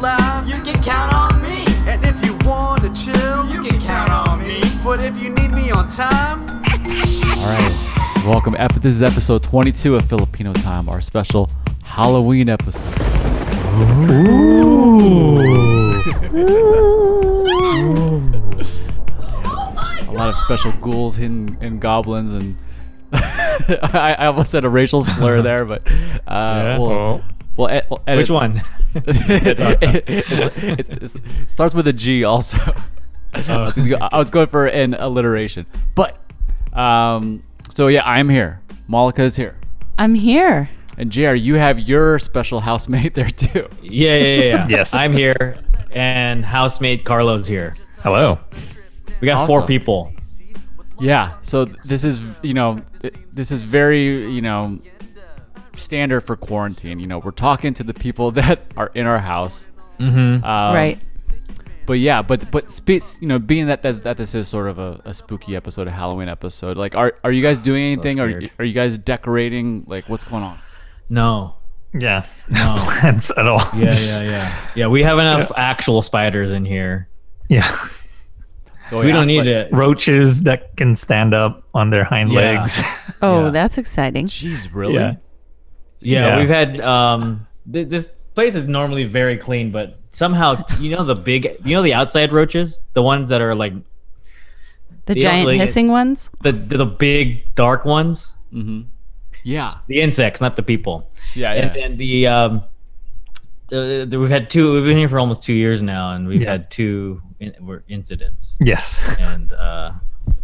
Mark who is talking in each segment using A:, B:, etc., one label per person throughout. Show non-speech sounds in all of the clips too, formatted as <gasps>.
A: laugh,
B: You can count on me.
A: and if you want to chill,
B: You can count on me.
A: But if you need me on time,
C: All right. Welcome. Ep- This is episode 22 of Filipino Time, our special Halloween episode. A lot of special ghouls and, and goblins and. <laughs> I, I almost said a racial slur there, but uh, we'll,
D: well.
C: we'll e- we'll edit-
D: Which <laughs> one?
C: <laughs> It's- it's- it starts with a G also. <laughs>
D: Oh.
C: I, was gonna go, I was going for an alliteration. But um, so yeah, I'm here. Malika is here.
E: I'm here.
C: And JR, you have your special housemate <laughs> there too.
D: yeah, yeah, yeah. yeah.
F: Yes.
D: I'm here, and housemate Carlo's here.
F: Hello.
D: We got four
C: Awesome.
D: people.
C: Yeah. So this is you know th- this is very you know standard for quarantine. You know we're talking to the people <laughs> that are in our house. Mm-hmm.
D: Um,
E: right.
C: But yeah, but but spe- you know, being that that, that this is sort of a, a spooky episode, a Halloween episode, like are are you
D: <sighs>
C: guys doing anything? are you-
D: scared.
C: are you guys decorating? Like what's going on?
D: No.
F: Yeah. <laughs>
D: No.
F: plans at all.
D: Yeah, yeah, yeah. Yeah, we have enough actual spiders in here.
F: <laughs> Yeah.
C: Oh,
D: we
C: yeah,
D: don't need
C: but-
D: it.
F: Roaches that can stand up on their hind
D: Yeah.
F: legs. <laughs>
E: Oh,
D: Yeah.
E: that's exciting.
C: Jeez, really?
F: Yeah.
D: Yeah,
F: Yeah.
D: we've had um th- this place is normally very clean, but somehow you know the big you know the outside roaches, the ones that are like
E: The
D: They don't
E: giant
D: really get-
E: hissing ones.
D: the the big dark ones,
C: Yeah.
D: the insects, not the people.
C: Yeah.
D: and then the um the, the, we've had two we've been here for almost two years now and we've
F: Yeah.
D: had two in, were incidents
F: Yes.
D: and uh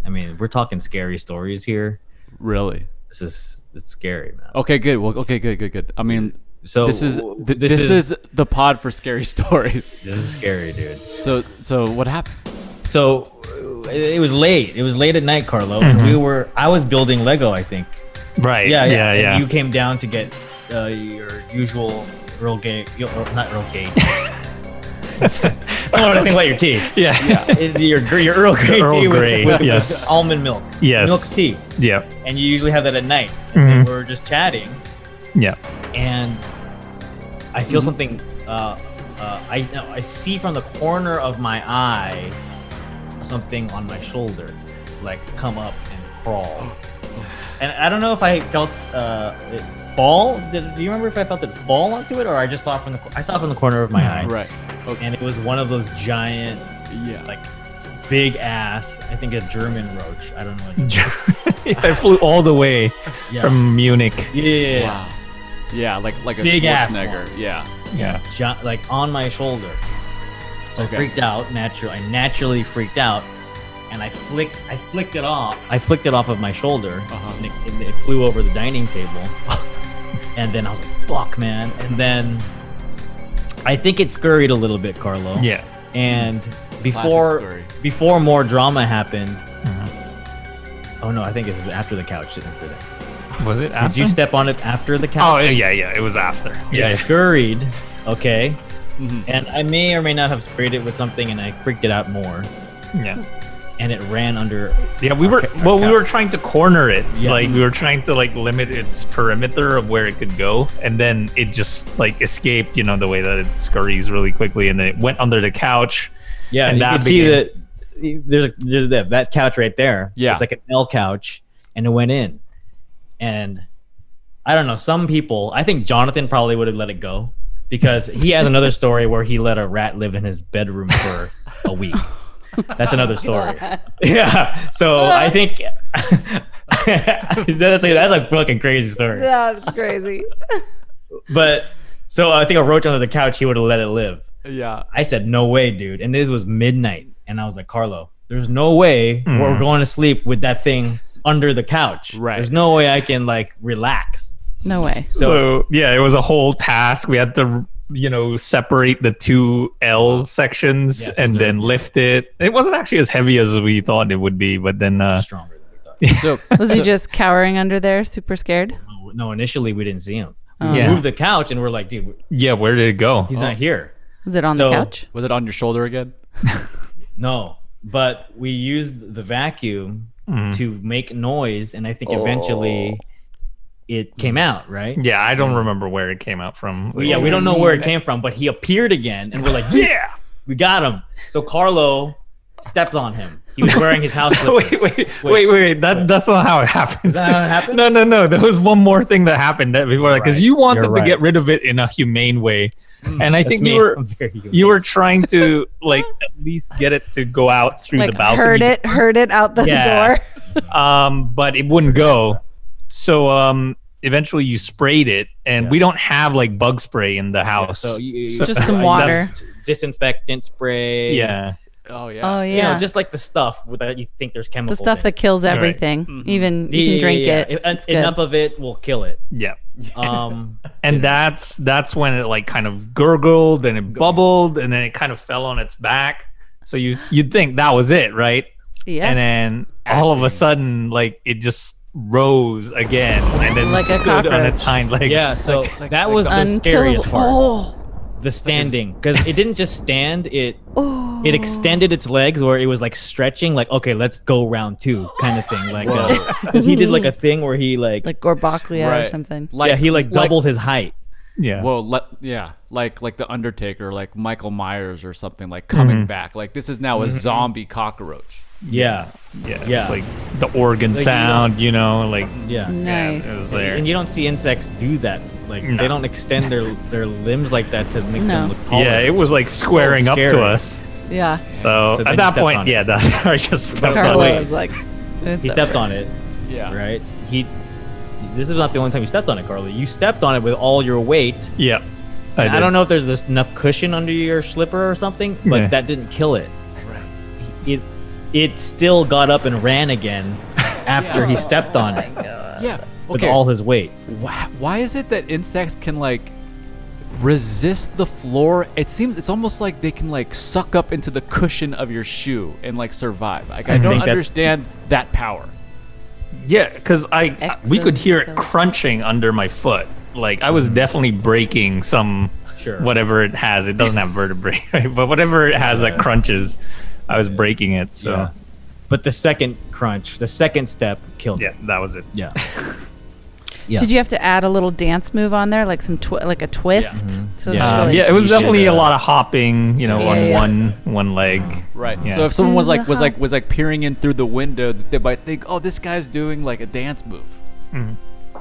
D: i mean we're talking scary stories here
C: really.
D: this is it's scary man
C: Okay. Good. Well. Okay. Good. Good. Good. I mean,
D: so
C: Oh, this is
D: w-
C: th- this, is, the pod for scary <laughs> stories.
D: this is scary dude
C: So so what happened?
D: so uh, it, it was late it was late at night carlo
C: Mm-hmm.
D: and we were i was building lego i think
F: Right.
D: yeah yeah
F: Yeah. Yeah.
D: and you came down to get uh, your usual Earl Gate, not Earl Gate.
C: <laughs>
D: <laughs> Someone to think about your tea.
F: <laughs> yeah. Yeah.
D: It- your your Earl Grey
F: Earl
D: tea with-
F: Grey,
D: with, with
F: yes.
D: almond milk.
F: Yes. Mm-hmm.
D: Milk tea.
F: yeah.
D: And you usually have that at night. And then we're just chatting,
F: Yeah.
D: and I
F: Mm-hmm.
D: feel something. Uh, uh, I no, I see from the corner of my eye something on my shoulder, like come up and crawl. And I don't know if I felt uh, it fall. Did, do you remember if I felt it fall onto it, or I just saw it from the cor- I saw it from the corner of my
F: Mm-hmm.
D: eye,
C: Right. Okay.
D: and it was one of those giant
C: Yeah.
D: like big ass. I think a German roach. I don't know. What
F: I flew all the way
D: yeah.
F: from Munich.
D: yeah, yeah, yeah.
C: Wow. Yeah. Like like a
D: Big ass
C: Schwarzenegger. Yeah.
F: Yeah.
D: Gi- like on my shoulder. So
C: Okay.
D: I freaked out. Naturally, I naturally freaked out, and I flicked. I flicked it off. I flicked it off of my shoulder,
C: Uh-huh.
D: and, it, and it flew over the dining
C: <laughs>
D: table. and then I was like, "Fuck, man!" And then I think it scurried a little bit, Carlo.
F: Yeah.
D: And before
C: scurry.
D: before more drama happened.
C: Mm-hmm.
D: Oh no! I think this is after the couch incident.
F: Was it
D: Did you step on it after the couch?
F: Oh yeah, yeah. It was after.
D: Yeah,
F: Yes.
D: scurried. Okay.
C: Mhm.
D: And I may or may not have sprayed it with something and I freaked it out more.
F: Yeah.
D: And it ran under.
F: Yeah, we were
D: Okay,
F: well. We
D: okay.
F: were trying to corner it,
D: Yeah.
F: like we were trying to like limit its perimeter of where it could go, and then it just like escaped. You know the way that it scurries really quickly, and then it went under the couch.
D: Yeah,
F: And
D: and you
F: that
D: can see
F: began-
D: that there's, there's that, that couch right there.
C: Yeah.
D: It's like an L couch and it went in. And I don't know. Some people, I think Jonathan probably would have let it go because he has another story where he let a rat live in his bedroom for a week. That's another story. Yeah. So I think <laughs> that's a, that's a fucking crazy story.
E: That's crazy.
D: But so I think a roach under the couch, he would have let it live.
C: Yeah.
D: I said, no way, dude. And this was midnight. And I was like, Carlo, there's no way we're going to sleep with that thing under the couch.
C: Right.
D: There's no way I can like relax.
E: <laughs> No way.
D: So,
F: So yeah, it was a whole task. We had to you know separate the two L sections
D: Yeah, 'cause
F: and
D: they're-
F: then lift it. It wasn't actually as heavy as we thought it would be, but then uh,
D: stronger than we thought.
C: <laughs> So
E: Was he just cowering under there, super scared?
D: No, no, initially we didn't see him.
E: Um,
D: We
F: Yeah.
D: moved the couch and we're like, dude,
F: yeah, where did it go?
D: he's not here.
E: Was it on
D: So-
E: the couch?
C: was it on your shoulder again?
D: No. But we
F: Mm-hmm. Hmm.
D: used the vacuum to make noise. And I think eventually it came out, right?
F: Yeah, I don't remember where it came out from.
D: Hmm. Well, yeah, we don't know where it came from, but he appeared again, and we're like,
F: <laughs>
D: yeah, we got him. So Carlo stepped on him. He was wearing his house slippers.
F: <laughs> Wait, wait, wait, wait, wait. That that's not how it happens.
D: Is that how it happened?
F: <laughs> No, no, no. There was one more thing that happened that before, because
D: Right.
F: you wanted
D: You're
F: to
D: right. Mm.
F: get rid of it in a humane way, and I
D: That's
F: think
D: me.
F: you were
D: I'm very human.
F: you were trying to like at least get it to go out through
E: Like
F: the balcony.
E: heard it, heard it out the
F: Yeah.
D: <laughs>
E: door.
F: um, but it wouldn't go. So um, eventually you sprayed it, and
D: Yeah.
F: we don't have like bug spray in the
D: Yeah,
F: house.
D: so you, you-
F: So-
E: Just some
F: Like,
E: water.
F: that's-
D: disinfectant spray.
F: yeah,
C: Oh yeah.
E: Oh
D: You know,
E: yeah,
D: just like the stuff with- that you think there's
E: the
D: chemicals.
E: stuff
D: in.
E: that kills everything. Even you
D: Mm-hmm. Yeah,
E: can drink
D: yeah,
E: it.
D: yeah. En-
E: It's good.
D: Enough of it will kill
E: <laughs>
D: it.
F: yeah.
D: Um,
F: and that's that's when it like kind of gurgled and it bubbled and then it kind of fell on its back so you you'd think that was it right
E: Yes.
F: and then all of a sudden like it just rose again and then
E: Like a
F: stood on
E: cockroach.
F: its hind legs
D: yeah, so
C: like-
D: that
C: like
D: was the
E: Unkillable.
D: scariest part.
E: Oh,
D: The standing, because it didn't just stand; it
E: Oh.
D: it extended its legs, where it was like stretching, like okay, let's go round two, kind of thing. Like, because he did like a thing where he like,
E: like Gorbachlia or
C: Right.
E: something.
C: Like
D: yeah, he like doubled his height.
F: yeah
C: Whoa, le- yeah, like like the Undertaker, like Michael Myers or something, like coming back. Like this is now a zombie cockroach.
D: Yeah,
F: yeah,
D: yeah.
F: It's like the organ
D: you
F: sound you know like
D: yeah.
F: yeah,
E: Nice.
F: it was
D: And-
F: there
D: And you don't see insects do that. Like
F: No.
D: they don't extend their their limbs like that to make
E: No.
D: them look taller.
F: yeah it was like
D: So
F: squaring up to
D: scary.
F: us
E: Yeah.
F: so,
D: So then
F: at
D: you
F: that
D: stepped on
F: point
D: it.
F: yeah that's <laughs> i just stepped on
E: Carlo
F: it.
E: was like,
D: He stepped on it,
C: Yeah.
D: right? He. This is not the only time you stepped on it, Carly. You stepped on it with all your weight.
F: yeah
D: I,
F: did.
D: don't know if there's this enough cushion under your slipper or something, but
F: Yeah.
D: that didn't kill it. It it still got up and ran again after he stepped on it
C: Yeah.
D: with
C: Okay.
D: all his weight.
C: why, why is it that insects can like resist the floor? It seems it's almost like they can like suck up into the cushion of your shoe and like survive. Like I, don't
F: think that's-
C: understand that power.
F: Yeah, because I we could hear it
E: Exoskeleton.
F: crunching under my foot. Like I
C: Mm.
F: was definitely breaking some
D: Sure.
F: whatever it has. It doesn't have vertebrae, <laughs> right? but whatever it has that crunches, I was breaking it. So
D: Yeah.
F: yeah,
D: But the second crunch, the second step killed it.
F: that was it.
D: Yeah. Yeah.
E: Did you have to add a little dance move on there, like some twi- like a twist? To
D: Yeah.
F: Um,
E: really-
F: yeah, it was
D: You should,
F: definitely a
D: uh,
F: lot of hopping. You know,
E: Yeah,
F: on
E: yeah.
F: one one leg.
C: Right.
F: Yeah.
C: So if someone was like
E: the
C: was like
E: hop.
C: was like peering in through the window, they might think, "Oh, this guy's doing like a dance move." <laughs>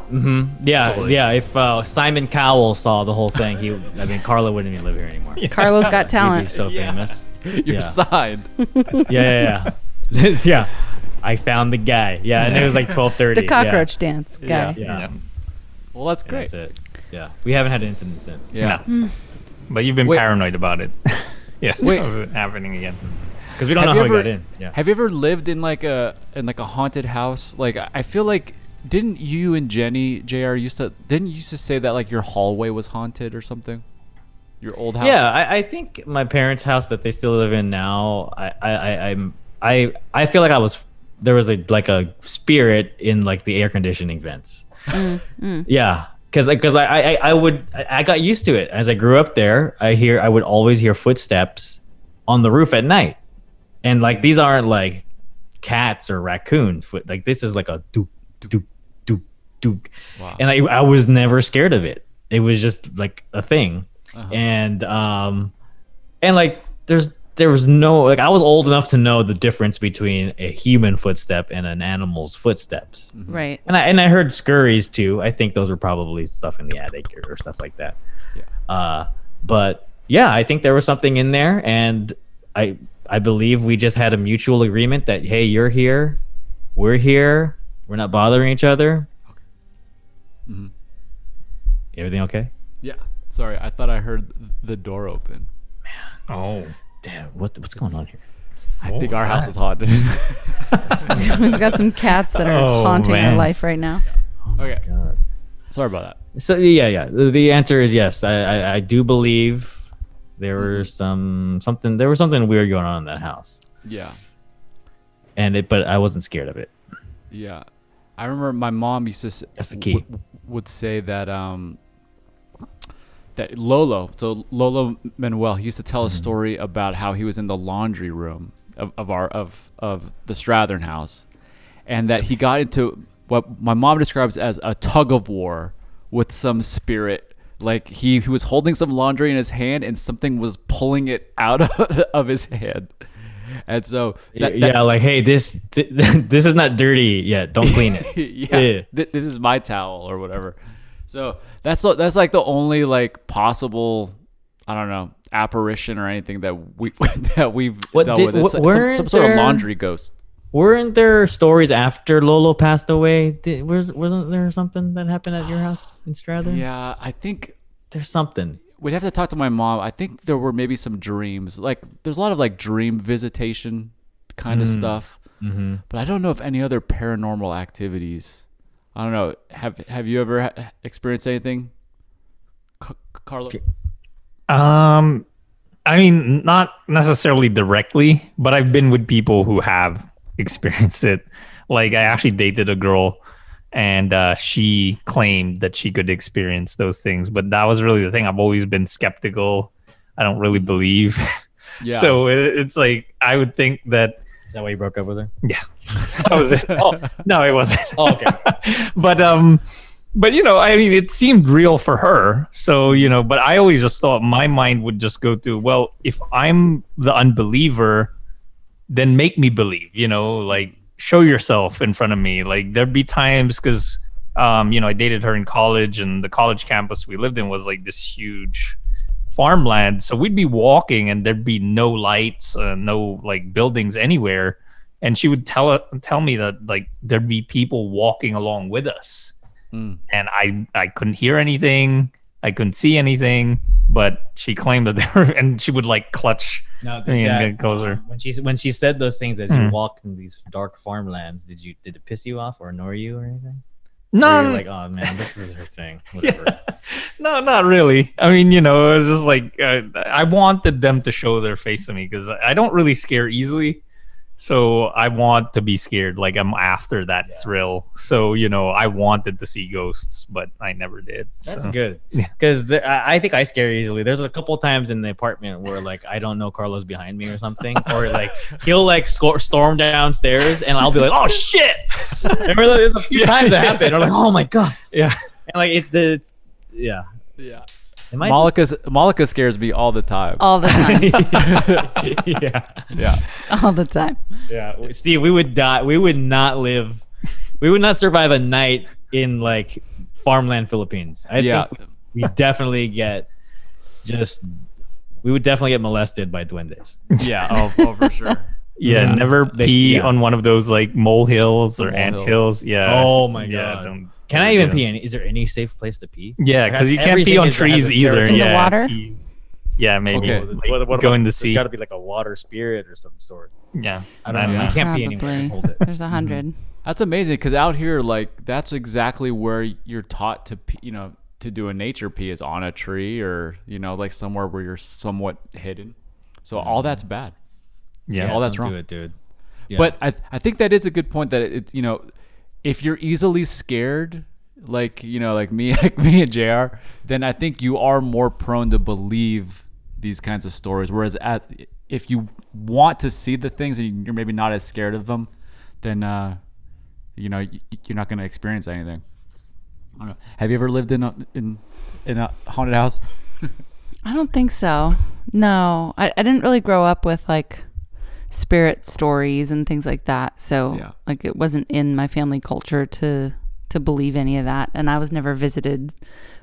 D: hmm Yeah,
F: Totally.
D: yeah. If uh, Simon Cowell saw the whole thing, he, I mean, Carla wouldn't even live here anymore. Yeah.
F: <laughs>
E: Carlos got
D: He'd be
E: talent.
D: so famous.
C: You're
D: Yeah.
C: signed.
D: Yeah, yeah, <laughs> yeah. yeah. I found the guy. Yeah, and it was
E: <laughs>
D: like twelve thirty.
E: The cockroach dance guy.
D: Yeah, yeah.
F: Yeah.
C: Well, that's great.
D: that's it. Yeah, we haven't had an incident since.
C: Yeah.
E: Mm.
F: No. But you've been
C: Wait.
F: paranoid about it. <laughs> yeah,
C: Wait.
F: of it <laughs> happening again.
D: because we don't
C: Have
D: know
C: you
D: how
C: ever-
D: we got in. Yeah.
C: Have you ever lived in like a in like a haunted house? Like I I feel like didn't you and Jenny Jr. used to didn't you used to say that like your hallway was haunted or something? Your old house.
D: Yeah, I, I think my parents' house that they still live in now. I, I, I, I'm, I, I feel like I was there was a like a spirit in like the air conditioning vents. Yeah, because because I, I, I would I I got used to it as I grew up there. I hear I would always hear footsteps on the roof at night, and like these aren't like cats or raccoon foot. Like this is like a doop doop doop doop,
C: Wow.
D: and I I was never scared of it. It was just like a thing and um and like there's there was no like I was old enough to know the difference between a human footstep and an animal's footsteps.
G: Mm-hmm.
E: Right. <laughs>
D: And I and I heard scurries too. I think those were probably stuff in the attic or, or stuff like that.
C: Yeah.
D: Uh but yeah, I think there was something in there and I I believe we just had a mutual agreement that hey, you're here, we're here, we're not bothering each other.
C: Mhm.
D: Everything okay?
C: Yeah. Sorry, I thought I heard the door open.
F: Oh,
D: Damn, what what's going on here?
C: I
F: What
C: think
F: was
C: our house
F: that?
C: is haunted. <laughs>
E: We've got some cats that are
F: Oh,
E: haunting our
F: man.
E: life right now.
C: okay.
D: Oh God.
C: Sorry about that.
D: Uh, So yeah, yeah. The the answer is yes. I I, I do believe there
C: Mm-hmm.
D: were some something there was something weird going on in that house,
C: Yeah.
D: and it but I wasn't scared of it.
C: Yeah. I remember my mom used to s-
D: That's the key.
C: w- would say that um that Lolo, so Lolo Manuel, he used to
D: Mm-hmm.
C: tell a story about how he was in the laundry room of, of our of of the Strathern house and that he got into what my mom describes as a tug of war with some spirit. Like he, he was holding some laundry in his hand and something was pulling it out <laughs> of, of his hand. And so that- that-
D: yeah, like hey, this <laughs> th- this is not dirty yet. Don't clean
C: <laughs>
D: it.
C: yeah,
D: Yeah.
C: thi- this is my towel or whatever. So that's the- that's like the only like possible, I don't know, apparition or anything that we <laughs> that we've
D: What
C: dealt
D: did-
C: with. It's
D: wh-
C: like some,
D: weren't
C: some sort of
D: there-
C: laundry ghost.
D: Weren't there stories after Lolo passed away? Did, was, wasn't there something that happened at your house in Strather?
C: Yeah, I think
D: there's something.
C: we'd have to talk to my mom. I think there were maybe some dreams. Like there's a lot of like dream visitation kind of stuff. Mm-hmm. But I don't know if any other paranormal activities. I don't know. Have Have you ever ha- experienced anything, Ca- Carlo?
F: Um, I mean, not necessarily directly, but I've been with people who have <laughs> experienced it. Like, I actually dated a girl, and uh, she claimed that she could experience those things, but that was really the thing. I've always been skeptical. I don't really believe. <laughs>
C: Yeah.
F: So it, it's like I would think that
D: Is that why you broke up with her?
F: yeah, <laughs> that was it. Oh no, it wasn't.
D: Oh, <laughs> okay.
F: <laughs> but um but you know i mean it seemed real for her so you know but i always just thought my mind would just go to well if i'm the unbeliever then make me believe you know like show yourself in front of me like there'd be times because um you know i dated her in college and the college campus we lived in was like this huge farmland so we'd be walking and there'd be no lights uh, no like buildings anywhere and she would tell tell me that like there'd be people walking along with us
D: Hmm.
C: Mm.
F: and i i couldn't hear anything i couldn't see anything but she claimed that <laughs> there were, and she would like clutch
D: No,
F: me
D: that-
F: and get closer
D: when she when she said those things as you
F: Mm.
D: walked in these dark farmlands, did you did it piss you off or annoy you or anything? Or
F: no
D: you're like, oh man, this is her <laughs> thing. Whatever.
F: no not really i mean you know it was just like uh, i wanted them to show their face to me because i don't really scare easily so i want to be scared like i'm after that thrill so you know i wanted to see ghosts but i never did
D: That's
F: so.
D: good
F: Yeah.
D: because I I think I scare easily. There's a couple times in the apartment where like I don't know Carlos behind me or something, or like he'll like score, storm downstairs and I'll be like, oh shit! Remember that? there's a few times that happened. Or like, oh my god,
F: yeah
D: and like it, it's yeah.
C: yeah.
D: Am I just- Oh,
C: Malika Malika scares me all the time.
E: all the
F: <laughs>
E: time.
D: <laughs> yeah,
C: yeah.
E: all the time.
D: yeah. we- Steve, we would die. We would not live. We would not survive a night in like farmland Philippines. I
C: Yeah.
D: think we definitely get just. We would definitely get molested by duendes.
C: <laughs> Yeah. Oh, oh, for sure.
F: Yeah,
D: Yeah.
F: never
D: They-
F: pee
D: yeah.
F: on one of those like mole hills or
C: Mole
F: ant
C: hills.
F: hills. Yeah.
D: Oh my
F: yeah,
D: God.
F: don't-
D: Can I
F: don't
D: even
F: do
D: pee? Any, is there any safe place to pee?
F: that. Yeah, because you can't
D: Everything
F: pee on
D: is- has a
F: trees either.
D: territory.
E: In the
F: yeah,
E: water?
F: pee- Yeah, maybe.
C: Okay.
F: Like, go in the sea.
D: There's got to be like a water spirit or some sort.
F: yeah.
D: I don't know.
C: Yeah.
D: You can't pee anywhere. Just hold
E: Probably.
G: <laughs>
D: it.
E: There's a hundred.
C: <laughs> That's amazing because out here, like, that's exactly where you're taught to, pee, you know, to do a nature pee is on a tree or, you know, like somewhere where you're somewhat hidden. So all that's bad.
F: Yeah.
C: all
F: that-
C: that's
D: Don't
C: wrong.
D: do it, dude.
C: But I, I think that is a good point that it's, you know, if you're easily scared, like, you know, like me, <laughs> like me and JR, then I think you are more prone to believe these kinds of stories. Whereas as, if you want to see the things and you're maybe not as scared of them, then, uh, you know, y- you're not going to experience anything. I don't know. Have you ever lived in a, in in a haunted house?
E: I don't think so. No, I, I didn't really grow up with like spirit stories and things like that. So
C: Yeah.
E: like it wasn't in my family culture to to believe any of that, and I was never visited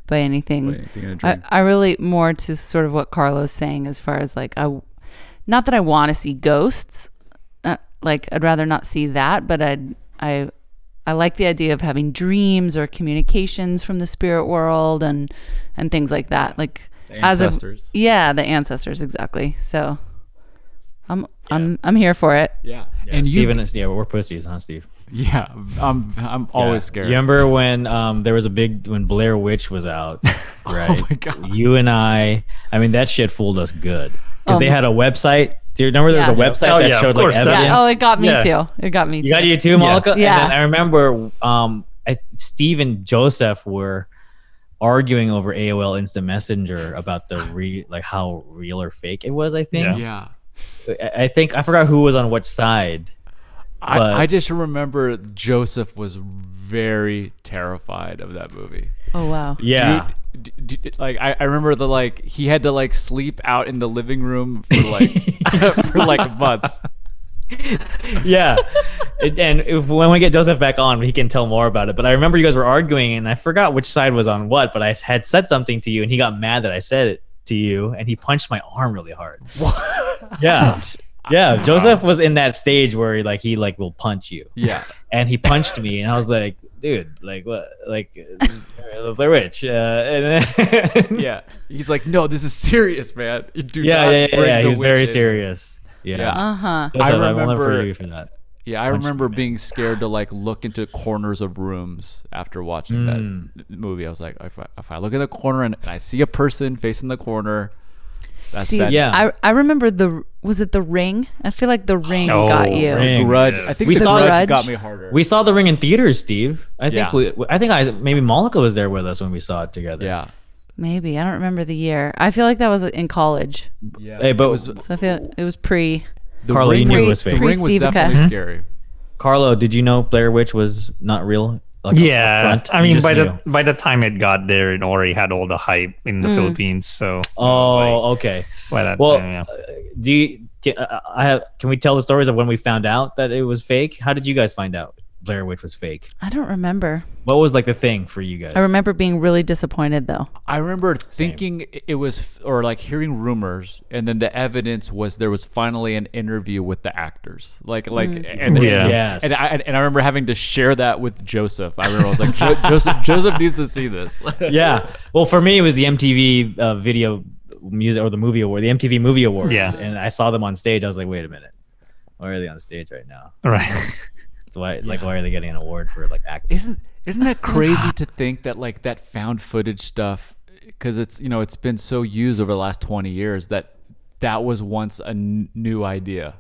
E: by anything.
C: anything in a dream.
E: I, I relate more to sort of what Carlos saying as far as like I, not that I want to see ghosts, uh, like I'd rather not see that, but I'd I. I like the idea of having dreams or communications from the spirit world and and things like that. Like as of
C: ancestors.
E: yeah, the ancestors exactly. So I'm I'm I'm here for it.
C: Yeah.
D: And
C: and you,
D: Steven is yeah, we're pussies, huh, Steve?
C: <laughs> yeah, I'm I'm always
D: Yeah.
C: scared.
D: You remember when um, there was a big when Blair Witch was out, right?
C: my God.
D: You and I, I mean that shit fooled us good because
E: Um,
D: they had a website. Do you remember there was
E: Yeah.
D: a website
F: Oh,
D: that
F: yeah, of
D: showed like
F: course, that's-
D: evidence?
E: Yeah. Oh, it got me
F: Yeah.
E: too. It got me
D: you
E: too.
D: got you too, Malika.
E: Yeah.
D: And then I remember um, I, Steve and Joseph were arguing over AOL Instant Messenger about the re like how real or fake it was. I think.
C: yeah.
D: I I think I forgot who was on which side. But-
C: I, I just remember Joseph was very terrified of that movie.
G: Oh wow.
D: Yeah.
C: Dude, d- d- like I, I remember the like he had to like sleep out in the living room for like
D: <laughs>
C: for like <laughs> months.
D: yeah. It, and if, when we get Joseph back on, he can tell more about it. But I remember you guys were arguing, and I forgot which side was on what. But I had said something to you, and he got mad that I said it to you, and he punched my arm really hard.
C: <laughs>
D: Yeah, yeah. Joseph was in that stage where he, like he like will punch you,
C: Yeah.
D: and he punched me, and I was like, dude, like what, like <laughs> uh, Blair Witch, uh, and then- <laughs>
C: Yeah. He's like, "No, this is serious, man. You do
D: yeah,
C: not
D: yeah, yeah.
C: bring
D: yeah.
C: the
D: He was
C: witch
D: very
C: in."
D: serious. Yeah.
C: Yeah.
G: Uh
E: Uh-huh.
G: huh.
D: Joseph, I, will never
C: remember-
D: forgive you for that.
C: Yeah, I remember being scared to like look into corners of rooms after watching
D: Hmm.
C: that movie. I was like, if I, if I look in the corner and, and I see a person facing the corner, that's
G: Steve,
C: bad.
D: Yeah.
G: I, I remember the was it the ring? I feel like the ring
F: Oh,
G: got you.
D: Ring.
C: Grudge. I think
D: We
C: the
D: saw
C: grudge,
G: Grudge.
C: got me harder.
D: We saw The Ring in theaters, Steve. I think
C: Yeah.
D: we, I think I maybe Malika was there with us when we saw it together.
C: yeah.
G: Maybe I don't remember the year. I feel like that was in college,
C: Yeah.
D: Hey, but
G: so I feel it was pre.
C: the
D: Carly
C: ring
D: knew
C: was,
D: it was fake.
C: The ring was
G: Pre-Steve
C: definitely
G: Cut.
C: scary.
D: Carlo, did you know Blair Witch was not real? Like, up
F: yeah,
D: front?
F: I
D: You
F: mean
D: just
F: by
D: knew.
F: the by the time it got there, it already had all the hype in the Philippines. So it was
D: Oh, okay.
F: like, by that
D: Well,
F: time, yeah.
D: Do you? Can, uh, I have, can we tell the stories of when we found out that it was fake? How did you guys find out Blair Witch was fake?
G: I don't remember.
D: What was like the thing for you guys?
G: I remember being really disappointed though.
C: I remember thinking i- it was, f- or like hearing rumors, and then the evidence was there was finally an interview with the actors, like like and and-
F: Yeah.
D: Yes.
C: and I and- and I remember having to share that with Joseph. I remember I was like, <laughs> "Jo- Joseph, Joseph needs to see this.
D: yeah. Well, for me, it was the MTV uh, video music or the movie award, the MTV movie awards.
F: Yeah.
D: And I saw them on stage. I was like, wait a minute, why are they on stage right now?
F: right. <laughs>
D: So why, like, why are they getting an award for like
C: <laughs>
D: acting?
C: isn't isn't that crazy to think that like that found footage stuff because it's you know it's been so used over the last 20 years that that was once a n- new idea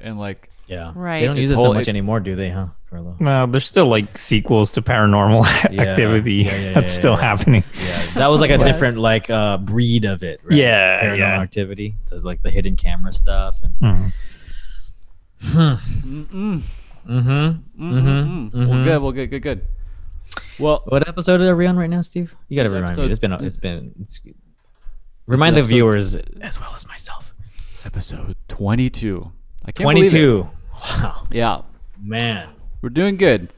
C: and like
D: Yeah.
G: Right.
D: They don't use it
C: It's
D: so
C: whole-
D: much
C: it-
D: anymore, do they, huh, Carlo?
F: Well, there's still like sequels to Paranormal <laughs>
D: Yeah.
F: Activity
D: Yeah, yeah, yeah,
F: that's still
D: yeah.
F: happening.
D: Yeah. <laughs> That was like a different like uh breed of it, right?
F: Yeah,
D: Paranormal
F: yeah.
D: activity. There's like the hidden camera stuff and
F: Mhm.
D: Mm-hmm. Mm-hmm.
C: well good well good good good well
D: What episode are we on right now, Steve? You gotta
C: It's
D: remind me.
C: episode-
D: It's been it's been it's, remind the
C: episode-
D: viewers as well as myself.
C: episode 22 i can't
D: Twenty
C: 22
D: two. Wow.
C: yeah
D: Man.
C: we're doing good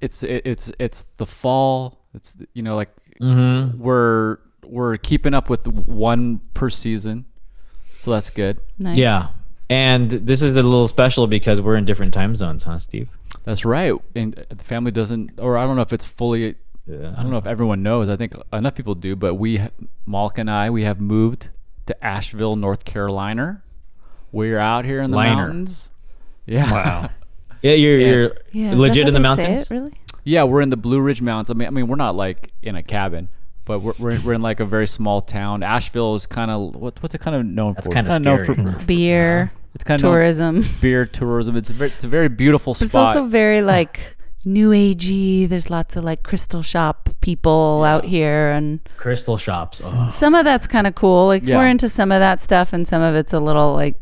C: it's it's it's the fall it's you know like
D: Mm-hmm.
C: we're we're keeping up with one per season so that's good
G: Nice.
D: Yeah. And this is a little special because we're in different time zones, huh, Steve?
C: That's right. And the family doesn't, or I don't know if it's fully,
D: Yeah.
C: I don't know if everyone knows. I think enough people do, but we, Malk and I, we have moved to Asheville, North Carolina. We're out here in the
D: Liner.
C: mountains. Yeah.
F: Wow.
D: Yeah, you're you're
G: Yeah, is that
D: legit
G: how
D: in the
G: they say
D: mountains.
G: it, really?
C: Yeah, we're in the Blue Ridge Mountains. I mean, I mean, we're not like in a cabin, but we're, we're, we're in like a very small town. Asheville is kind of what, what's it kind of known for? It's
D: kinda
C: kinda known
D: scary.
C: for- <laughs> for-
G: Beer,
C: it's kind of
G: tourism.
C: beer tourism. It's a very, it's a very beautiful
G: But
C: spot.
G: <laughs> it's also very like new agey. There's lots of like crystal shop people out here, and
D: Crystal shops. Oh.
G: some of that's kind of cool. Like
C: Yeah.
G: we're into some of that stuff, and some of it's a little like,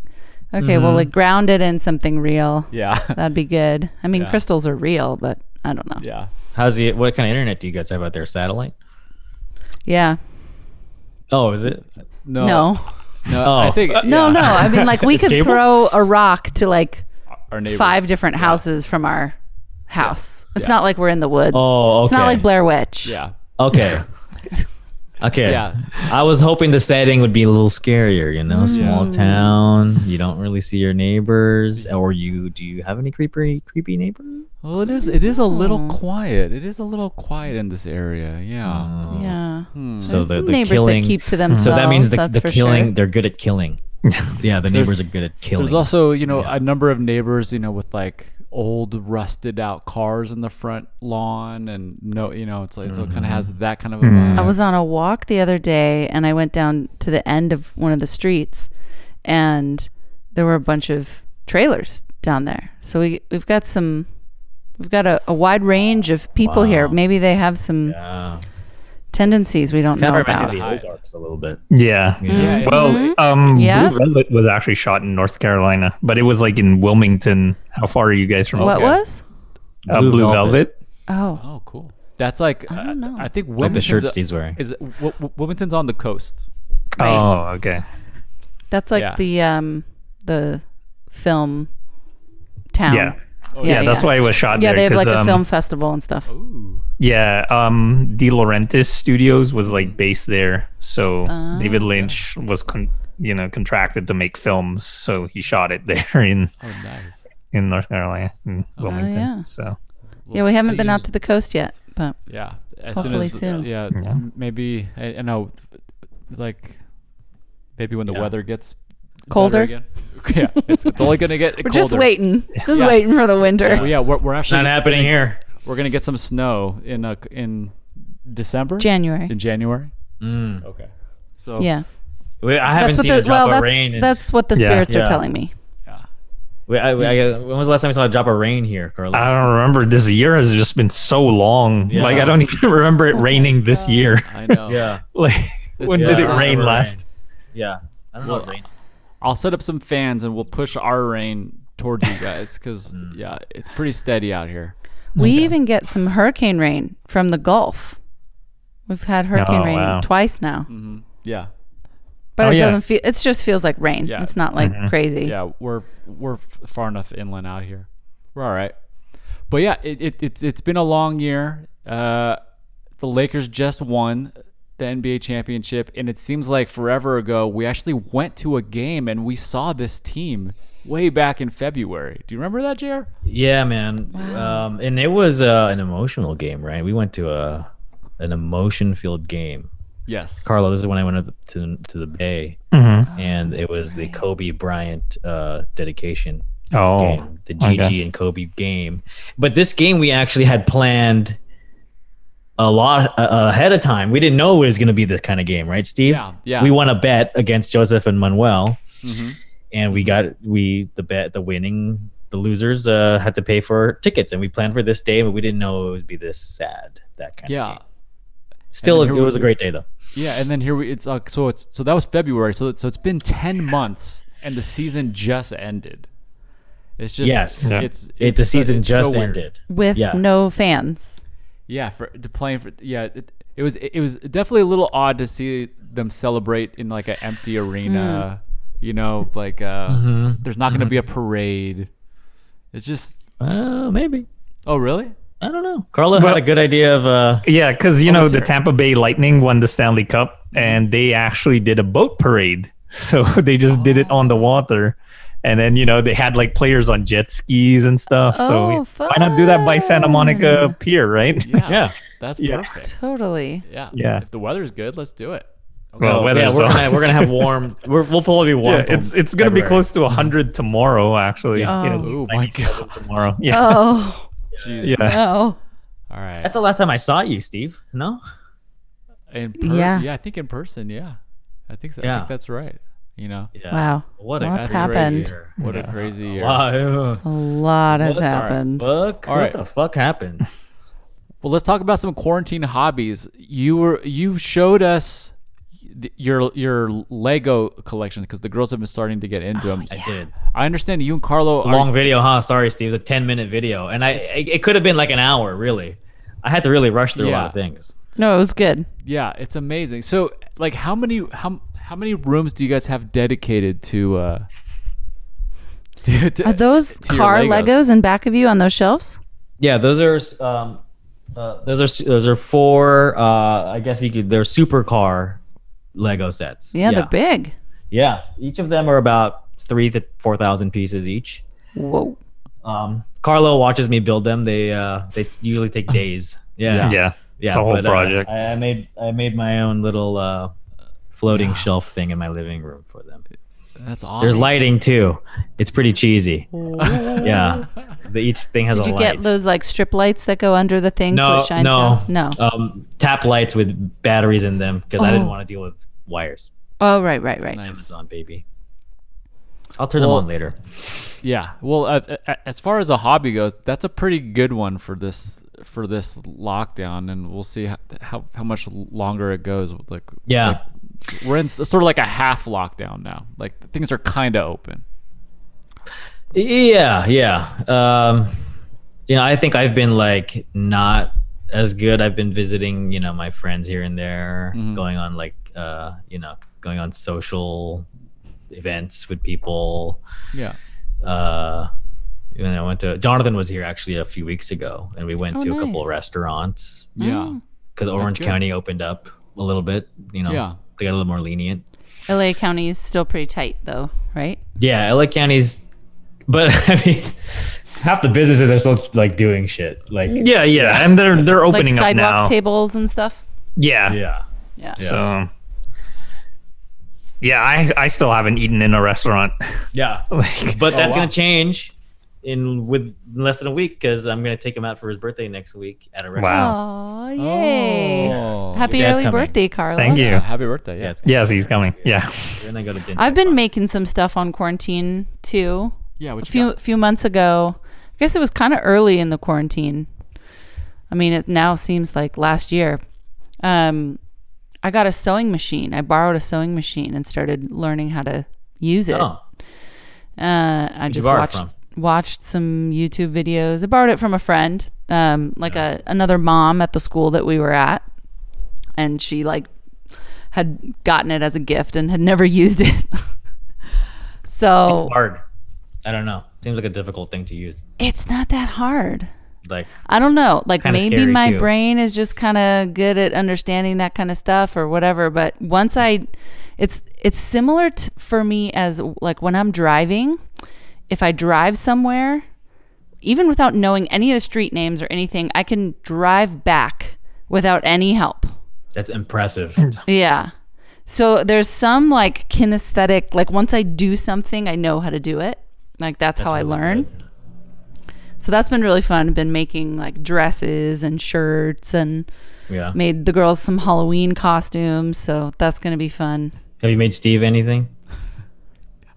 G: okay, well, like ground it in something real. <laughs>
C: yeah.
G: That'd be good. I mean,
C: Yeah.
G: crystals are real, but I don't know.
C: <laughs>
G: Yeah.
C: yeah.
D: How's the what kind of internet do you guys have out there? Satellite? Oh, is it?
C: No. <laughs>
G: No.
C: No,
D: Oh.
C: I think
G: No,
C: yeah,
G: no. I mean, like we could
F: Cable?
G: throw a rock to like
C: Our neighbors.
G: five different houses from our house. It's not like we're in the woods.
D: Oh,
G: It's not
D: okay.
G: like Blair Witch.
C: Yeah.
D: Okay. <laughs> okay.
C: Yeah.
D: I was hoping the setting would be a little scarier, you
G: Mm.
D: know, small town. You don't really see your neighbors, or you do you have any creepy creepy neighbors?
C: Well, it is. It is a little quiet. It is a little quiet in this area. Yeah.
G: Yeah. There's
D: Hmm. So the,
G: some
D: the
G: neighbors
D: killing. Hmm.
G: that keep to themselves.
D: so that means the,
G: that's
D: the
G: for
D: killing.
G: sure.
D: They're good at <laughs> killing. yeah, the neighbors are good at killing.
C: There's also, you know, a number of neighbors, you know, with like old rusted out cars in the front lawn, and no, you know, it's like so it kind of
D: Mm-hmm.
C: has that kind of a vibe.
G: I was on a walk the other day and I went down to the end of one of the streets and there were a bunch of trailers down there. So we we've got some we've got a, a wide range of people here. Maybe they have some
E: tendencies we don't
D: Kind
E: know
D: of reminds me of
E: about.
D: the Ozarks a little bit.
F: Yeah.
D: Yeah.
F: Well, um,
E: Yeah.
F: Blue Velvet was actually shot in North Carolina, but it was like in Wilmington. How far are you guys from
E: What
C: Okay.
E: was?
F: uh,
D: Blue
F: Blue,
D: Velvet.
F: Velvet?
E: Oh,
C: Oh, cool. That's like I,
E: don't know.
C: I think Wilmington's
D: Like the shirt Steve's
C: a-
D: wearing.
C: is w- w- Wilmington's on the coast.
E: right.
F: Oh, okay.
E: That's like
C: Yeah.
E: the um the film town.
F: Yeah. Oh, Yeah, that's why it was shot
E: Yeah,
F: there.
E: they have
F: 'cause,
E: like a
F: um,
E: film festival and stuff.
C: Ooh.
F: Yeah, um, De Laurentiis Studios was like based there, so David
E: Ah.
F: Lynch was con- you know contracted to make films, so he shot it <laughs> there in
C: Oh, nice.
F: in North Carolina, in Wilmington.
E: Oh, yeah.
F: So
E: Yeah, we haven't been out to the coast yet, but
C: Yeah. As
E: Hopefully soon.
C: Yeah,
D: Mm-hmm.
C: Maybe I, I know, like maybe when the weather gets better
E: Colder?
C: Again. <laughs> yeah, it's, it's only gonna
E: <laughs>
C: get
E: we're
C: colder.
E: just waiting, just
C: Yeah.
E: waiting for the winter.
C: Well, yeah, we're, we're actually
D: Not happening here.
C: We're gonna get some snow in uh, in December,
E: January.
C: in January. Okay. Mm. So
E: yeah,
D: We, I
E: that's
D: haven't
E: what
D: seen a
E: the
D: drop
E: well,
D: of
E: that's
D: rain. in-
E: that's what the
F: Yeah.
E: spirits
D: Yeah.
E: are telling me.
D: we, I, we, I, guess- when was the last time we saw a drop of rain here, Carla?
F: I don't remember. This year has just been so long.
D: Yeah.
F: Like I don't <laughs> even remember
E: Oh,
F: it raining this year.
C: I <laughs> know.
D: yeah,
F: <laughs> like when
C: It's
F: did it
C: just
F: rain
D: never
F: last?
D: yeah. I don't know. if rain.
C: I'll set up some fans and we'll push our rain towards you guys <laughs> because yeah, it's pretty steady out here.
E: We even get some hurricane rain from the Gulf. We've had hurricane
F: Oh,
E: rain
F: wow.
E: twice now,
C: Yeah,
E: but
F: Oh,
E: it
F: yeah. Mm-hmm.
E: doesn't feel. It just feels like rain.
C: Yeah.
E: It's not like crazy.
C: yeah, we're we're f- far enough inland out here. We're all right. But yeah, it, it it's it's been a long year. Uh, the Lakers just won the NBA championship, and it seems like forever ago we actually went to a game and we saw this team way back in February. Do you remember that, Jr?
D: Yeah, man. Um, and it was uh, an emotional game, right? We went to a an emotion filled game.
C: Yes.
D: Carlo, this is when I went up to to the Bay,
E: Oh,
D: and it was the Kobe Bryant uh, dedication
F: Oh,
D: game, the GG
F: okay.
D: and Kobe game. But this game we actually had planned a lot uh, ahead of time. We didn't know it was going to be this kind of game, right, Steve?
C: Yeah, yeah.
D: We won a bet against Joseph and Manuel,
C: Mm-hmm.
D: and we got we the bet the winning the losers uh, had to pay for tickets, and we planned for this day, but we didn't know it would be this sad. That kind of
C: Yeah.
D: game. Still,
C: And
D: it
C: then here
D: was a
C: we-
D: great day though.
C: Yeah, and then here we it's uh, so it's so that was February. So it's- so it's been ten months, and the season just ended. It's just
D: Yes. Yeah.
C: it's,
D: It,
C: it's
D: the
C: so-
D: season
C: it's so
D: just
C: weird.
D: ended.
E: with
D: Yeah.
E: no fans.
C: Yeah, for to playing for yeah, it, it was it was definitely a little odd to see them celebrate in like an empty arena. You know, like uh,
D: Mm-hmm.
C: there's not going to be a parade. It's just
D: Uh, maybe
C: oh really?
D: I don't know. Carlo had a good idea of uh,
F: yeah, because you know
E: it's
F: the
E: here.
F: Tampa Bay Lightning won the Stanley Cup, and they actually did a boat parade. <laughs> So they just did it on the water, and then you know they had like players on jet skis and stuff.
E: Oh,
F: so why not do that by Santa Monica Pier, right?
D: yeah.
C: That's
F: Yeah.
C: perfect.
E: Totally.
C: Yeah,
F: Yeah.
C: If the weather's good, let's do it.
F: <laughs> well, weather
D: yeah,
F: is
D: we're
F: all-
D: gonna, we're gonna have warm. We're, we'll probably be warm.
F: <laughs> Yeah,
D: till
F: it's it's gonna be
D: February.
F: close to hundred tomorrow, actually.
E: Yeah.
F: You
E: Oh.
F: know,
C: Oh my god!
F: tomorrow. Yeah.
E: Oh,
C: Jeez.
F: Yeah.
E: oh.
C: All right.
D: That's the last time I saw you, Steve. No,
C: In per- yeah.
E: Yeah.
C: I think in person. Yeah, I think so. I
D: Yeah.
C: think that's right. You know,
D: yeah.
E: Wow.
D: What a
E: Lots
D: crazy
E: happened.
D: year.
C: what a crazy year.
D: Wow. yeah.
E: <laughs> A lot has
D: What the
E: happened.
D: Fuck.
C: All right.
D: What the fuck happened?
C: Well, let's talk about some quarantine hobbies. You were you showed us th- your your Lego collection because the girls have been starting to get into
E: Oh,
C: them.
D: I
F: <laughs>
D: did.
C: I understand you and Carlo are
D: Long video, huh? Sorry, Steve. It was A ten minute video, and I it, it could have been like an hour, really. I had to really rush through a
C: Yeah.
D: lot of things.
E: No, it was good.
C: yeah, it's amazing. So, like, how many how how many rooms do you guys have dedicated to? uh <laughs> to- to-
E: Are those
C: to your
E: car
C: Legos.
E: Legos in back of you on those shelves?
D: Yeah, those are um, uh, those are those are four. Uh, I guess you could. They're supercar Lego sets.
E: Yeah, they're big.
D: Yeah, each of them are about three to four thousand pieces each.
E: Whoa.
D: Um, Carlo watches me build them. They uh, they
E: <laughs>
D: usually take days. Yeah,
F: yeah. It's a whole
D: uh,
F: project.
D: I, I made I made my own little uh, floating shelf thing in my living room for them.
C: That's awesome.
D: There's lighting too. It's pretty cheesy. yeah, the, each thing has
E: Did
D: a
E: you
D: light.
E: get those like strip lights that go under the thing
D: no,
E: so it shines
D: no,
E: out? No.
D: Um, tap lights with batteries in them because I didn't
E: Oh.
D: want to deal with wires.
E: oh, right, right, right.
C: nice.
D: Amazon baby. I'll turn
C: Well-
D: them on later.
C: Yeah. Well, uh, uh, as far as a hobby goes, that's a pretty good one for this for this lockdown, and we'll see how how, how much longer it goes. Like,
D: Yeah.
C: like, we're in s- sort of like a half lockdown now. Like things are kind of open.
D: Yeah, yeah. Um, you know, I think I've been like not as good. I've been visiting, you know, my friends here and there, going on like, uh, you know, going on social events with people.
C: Yeah.
D: Uh, you know, I went to Jonathan was here actually a few weeks ago, and we went
G: Oh,
D: to a couple
G: nice.
D: restaurants
G: Oh.
C: Yeah.
D: because Orange
C: good.
D: County opened up a little bit. You know,
C: Yeah.
D: they got a little more lenient.
G: LA County is still pretty tight, though, right?
D: Yeah, LA County's, but <laughs> I mean, half the businesses are still like doing shit. Like,
F: Yeah, yeah, and they're they're
G: Like
F: opening up
G: sidewalk
F: now.
G: tables and stuff.
F: Yeah.
D: yeah,
G: Yeah.
F: So yeah, I I still haven't eaten in a restaurant. <laughs>
G: <laughs>
D: yeah.
F: like
G: oh,
D: But that's
C: wow.
D: gonna change in with in less than a week because I'm gonna take him out for his birthday next week at a restaurant.
F: wow.
G: Oh, yay.
C: Oh.
G: Happy
D: Dad's
G: early
D: coming.
G: birthday, Carla.
F: Thank you.
C: Yeah, happy birthday.
D: Yeah,
C: Yeah.
D: it's gonna-
F: Yes, he's coming. Yeah.
D: we're gonna go to dinner.
G: I've been making some stuff on quarantine too.
C: Yeah.
G: A
C: What you
G: few
C: got?
G: few months ago, I guess it was kind of early in the quarantine. I mean, it now seems like last year. Um, I got a sewing machine. I borrowed a sewing machine and started learning how to use it.
D: Oh,
G: Uh, I just
D: borrow it
G: watched
D: from?
G: watched some YouTube videos. I borrowed it from a friend, um, like a another mom at the school that we were at, and she like had gotten it as a gift and had never <laughs> used it. so
D: hard. I don't know. Seems like a difficult thing to use.
G: it's not that hard.
D: Like,
G: I don't know. Like
D: Kinda
G: maybe
D: scary,
G: my
D: too.
G: brain is just kind of good at understanding that kind of stuff or whatever. But once I, it's it's similar t- for me as like when I'm driving. If I drive somewhere, even without knowing any of the street names or anything, I can drive back without any help.
D: that's impressive.
G: Yeah. So there's some like kinesthetic, like once I do something, I know how to do it. Like that's, how I
D: really
G: learn.
D: good.
G: So that's been really fun. Been making like dresses and shirts and
D: Yeah.
G: made the girls some Halloween costumes. So that's going to be fun.
D: Have you made Steve anything?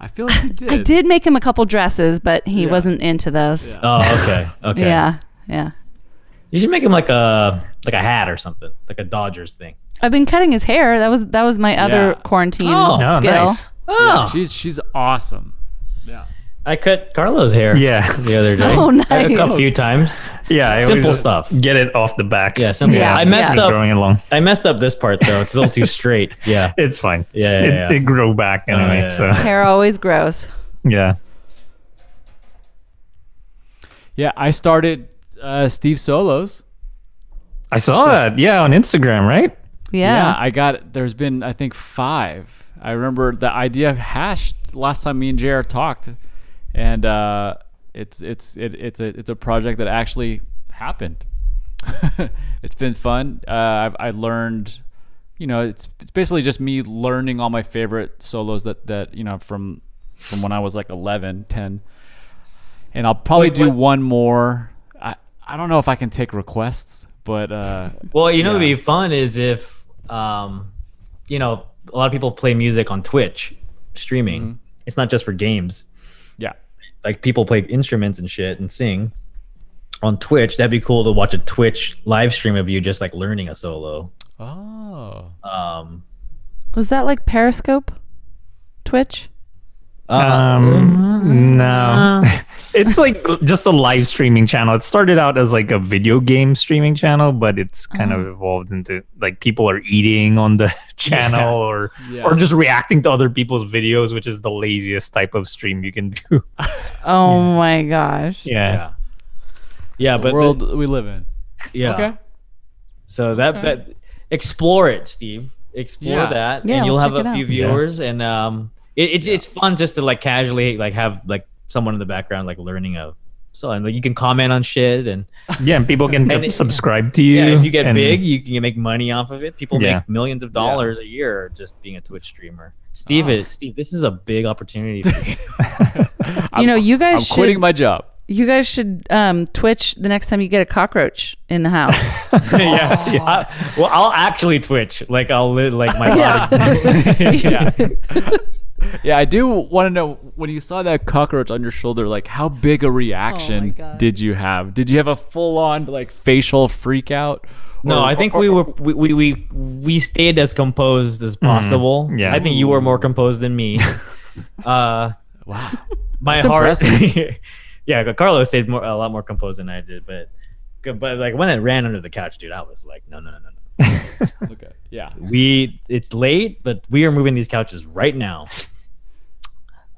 C: I feel like you did.
G: <laughs> I did make him a couple dresses, but he
C: Yeah.
G: wasn't into those.
C: Yeah.
D: Oh,
G: <laughs>
D: okay, okay.
G: Yeah. Yeah.
D: You should make him like a like a hat or something, like a Dodgers thing.
G: I've been cutting his hair. That was that was my other
C: Yeah.
G: quarantine
D: Oh,
F: Oh,
G: skill.
F: nice.
D: Oh,
C: She's she's awesome. Yeah.
D: I cut Carlo's hair.
F: Yeah.
D: The other day.
G: <laughs> Oh,
D: I cut
G: nice.
D: A few times.
F: Yeah, it was
D: Simple
F: just
D: stuff.
F: Get it off the back.
D: Yeah, simple.
G: Yeah.
D: I messed
G: Yeah.
D: up.
F: Growing along.
D: I messed up this part though. It's a little too <laughs> straight. Yeah.
F: It's fine.
D: Yeah, yeah,
F: it,
D: yeah.
F: it grew back anyway.
D: yeah,
F: so
D: yeah.
G: Hair always grows.
F: <laughs> yeah.
C: Yeah. I started uh, Steve Solos.
F: I saw that. Yeah, on Instagram, right?
C: Yeah,
G: Yeah.
C: I got. There's been I think five. I remember the idea hashed last time me and Jr. talked, and uh, it's it's it, it's a it's a project that actually happened. <laughs> it's been fun. Uh, I've I learned, you know, it's it's basically just me learning all my favorite solos that that you know from from when I was like 11, 10. and I'll probably do one more. I I don't know if I can take requests, but uh, <laughs>
D: Well, you know, what would be fun is if, um, you know, a lot of people play music on Twitch streaming.
C: Mm-hmm.
D: It's not just for games.
C: yeah.
D: Like people play instruments and shit and sing on Twitch. That'd be cool to watch a Twitch live stream of you just like learning a solo.
C: Oh.
D: Um,
G: Was that like Periscope? Twitch?
C: Uh-huh.
F: Um, no, <laughs> it's like just a live streaming channel. It started out as like a video game streaming channel, but it's kind of evolved into like people are eating on the <laughs> channel or
C: Yeah.
F: or just reacting to other people's videos, which is the laziest type of stream you can do. <laughs>
G: Oh my gosh.
F: yeah.
D: yeah. Yeah,
C: the
D: but
C: world we live in.
D: yeah.
C: Okay.
D: So that, that explore it, Steve. Explore
C: Yeah.
D: that,
G: Yeah,
D: and you'll
G: I'll
D: have
G: check
D: a few
G: it out.
F: Yeah.
D: viewers. And um, it, it it's fun just to like casually like have like someone in the background like learning a so and like, you can comment on shit
F: <laughs>
D: and
F: Yeah, and people can
D: And it-
F: subscribe to you.
D: yeah, if you get
F: and-
D: big, you can make money off of it. People
F: Yeah.
D: make millions of dollars a year just being a Twitch streamer. Steve, it, Steve, this is a big opportunity. For you.
G: you know, you guys
C: I'm
G: should
C: quitting my job.
G: you guys should um, Twitch the next time you get a cockroach in the house.
D: <laughs> yeah, I- well, I'll actually Twitch. Like I'll li- like my body. <laughs>
C: Yeah. Yeah, I do want to know when you saw that cockroach on your shoulder, like how big a reaction
E: God.
C: did you have? Did you have a full on like facial freak
D: <laughs>
C: out?
D: No,
C: Or- Mm,
D: I think we were we, we we we stayed as composed as possible.
F: yeah.
D: I think you were more composed
C: <laughs>
D: than me. uh,
C: Wow.
D: my
C: That's
D: heart. <laughs> yeah, but Carlos stayed more, a lot more composed than I did, but but like when it ran under the couch, dude, I was like, no, no, no, no, no.
C: Okay. Yeah.
D: We it's late, but we are moving these couches right now.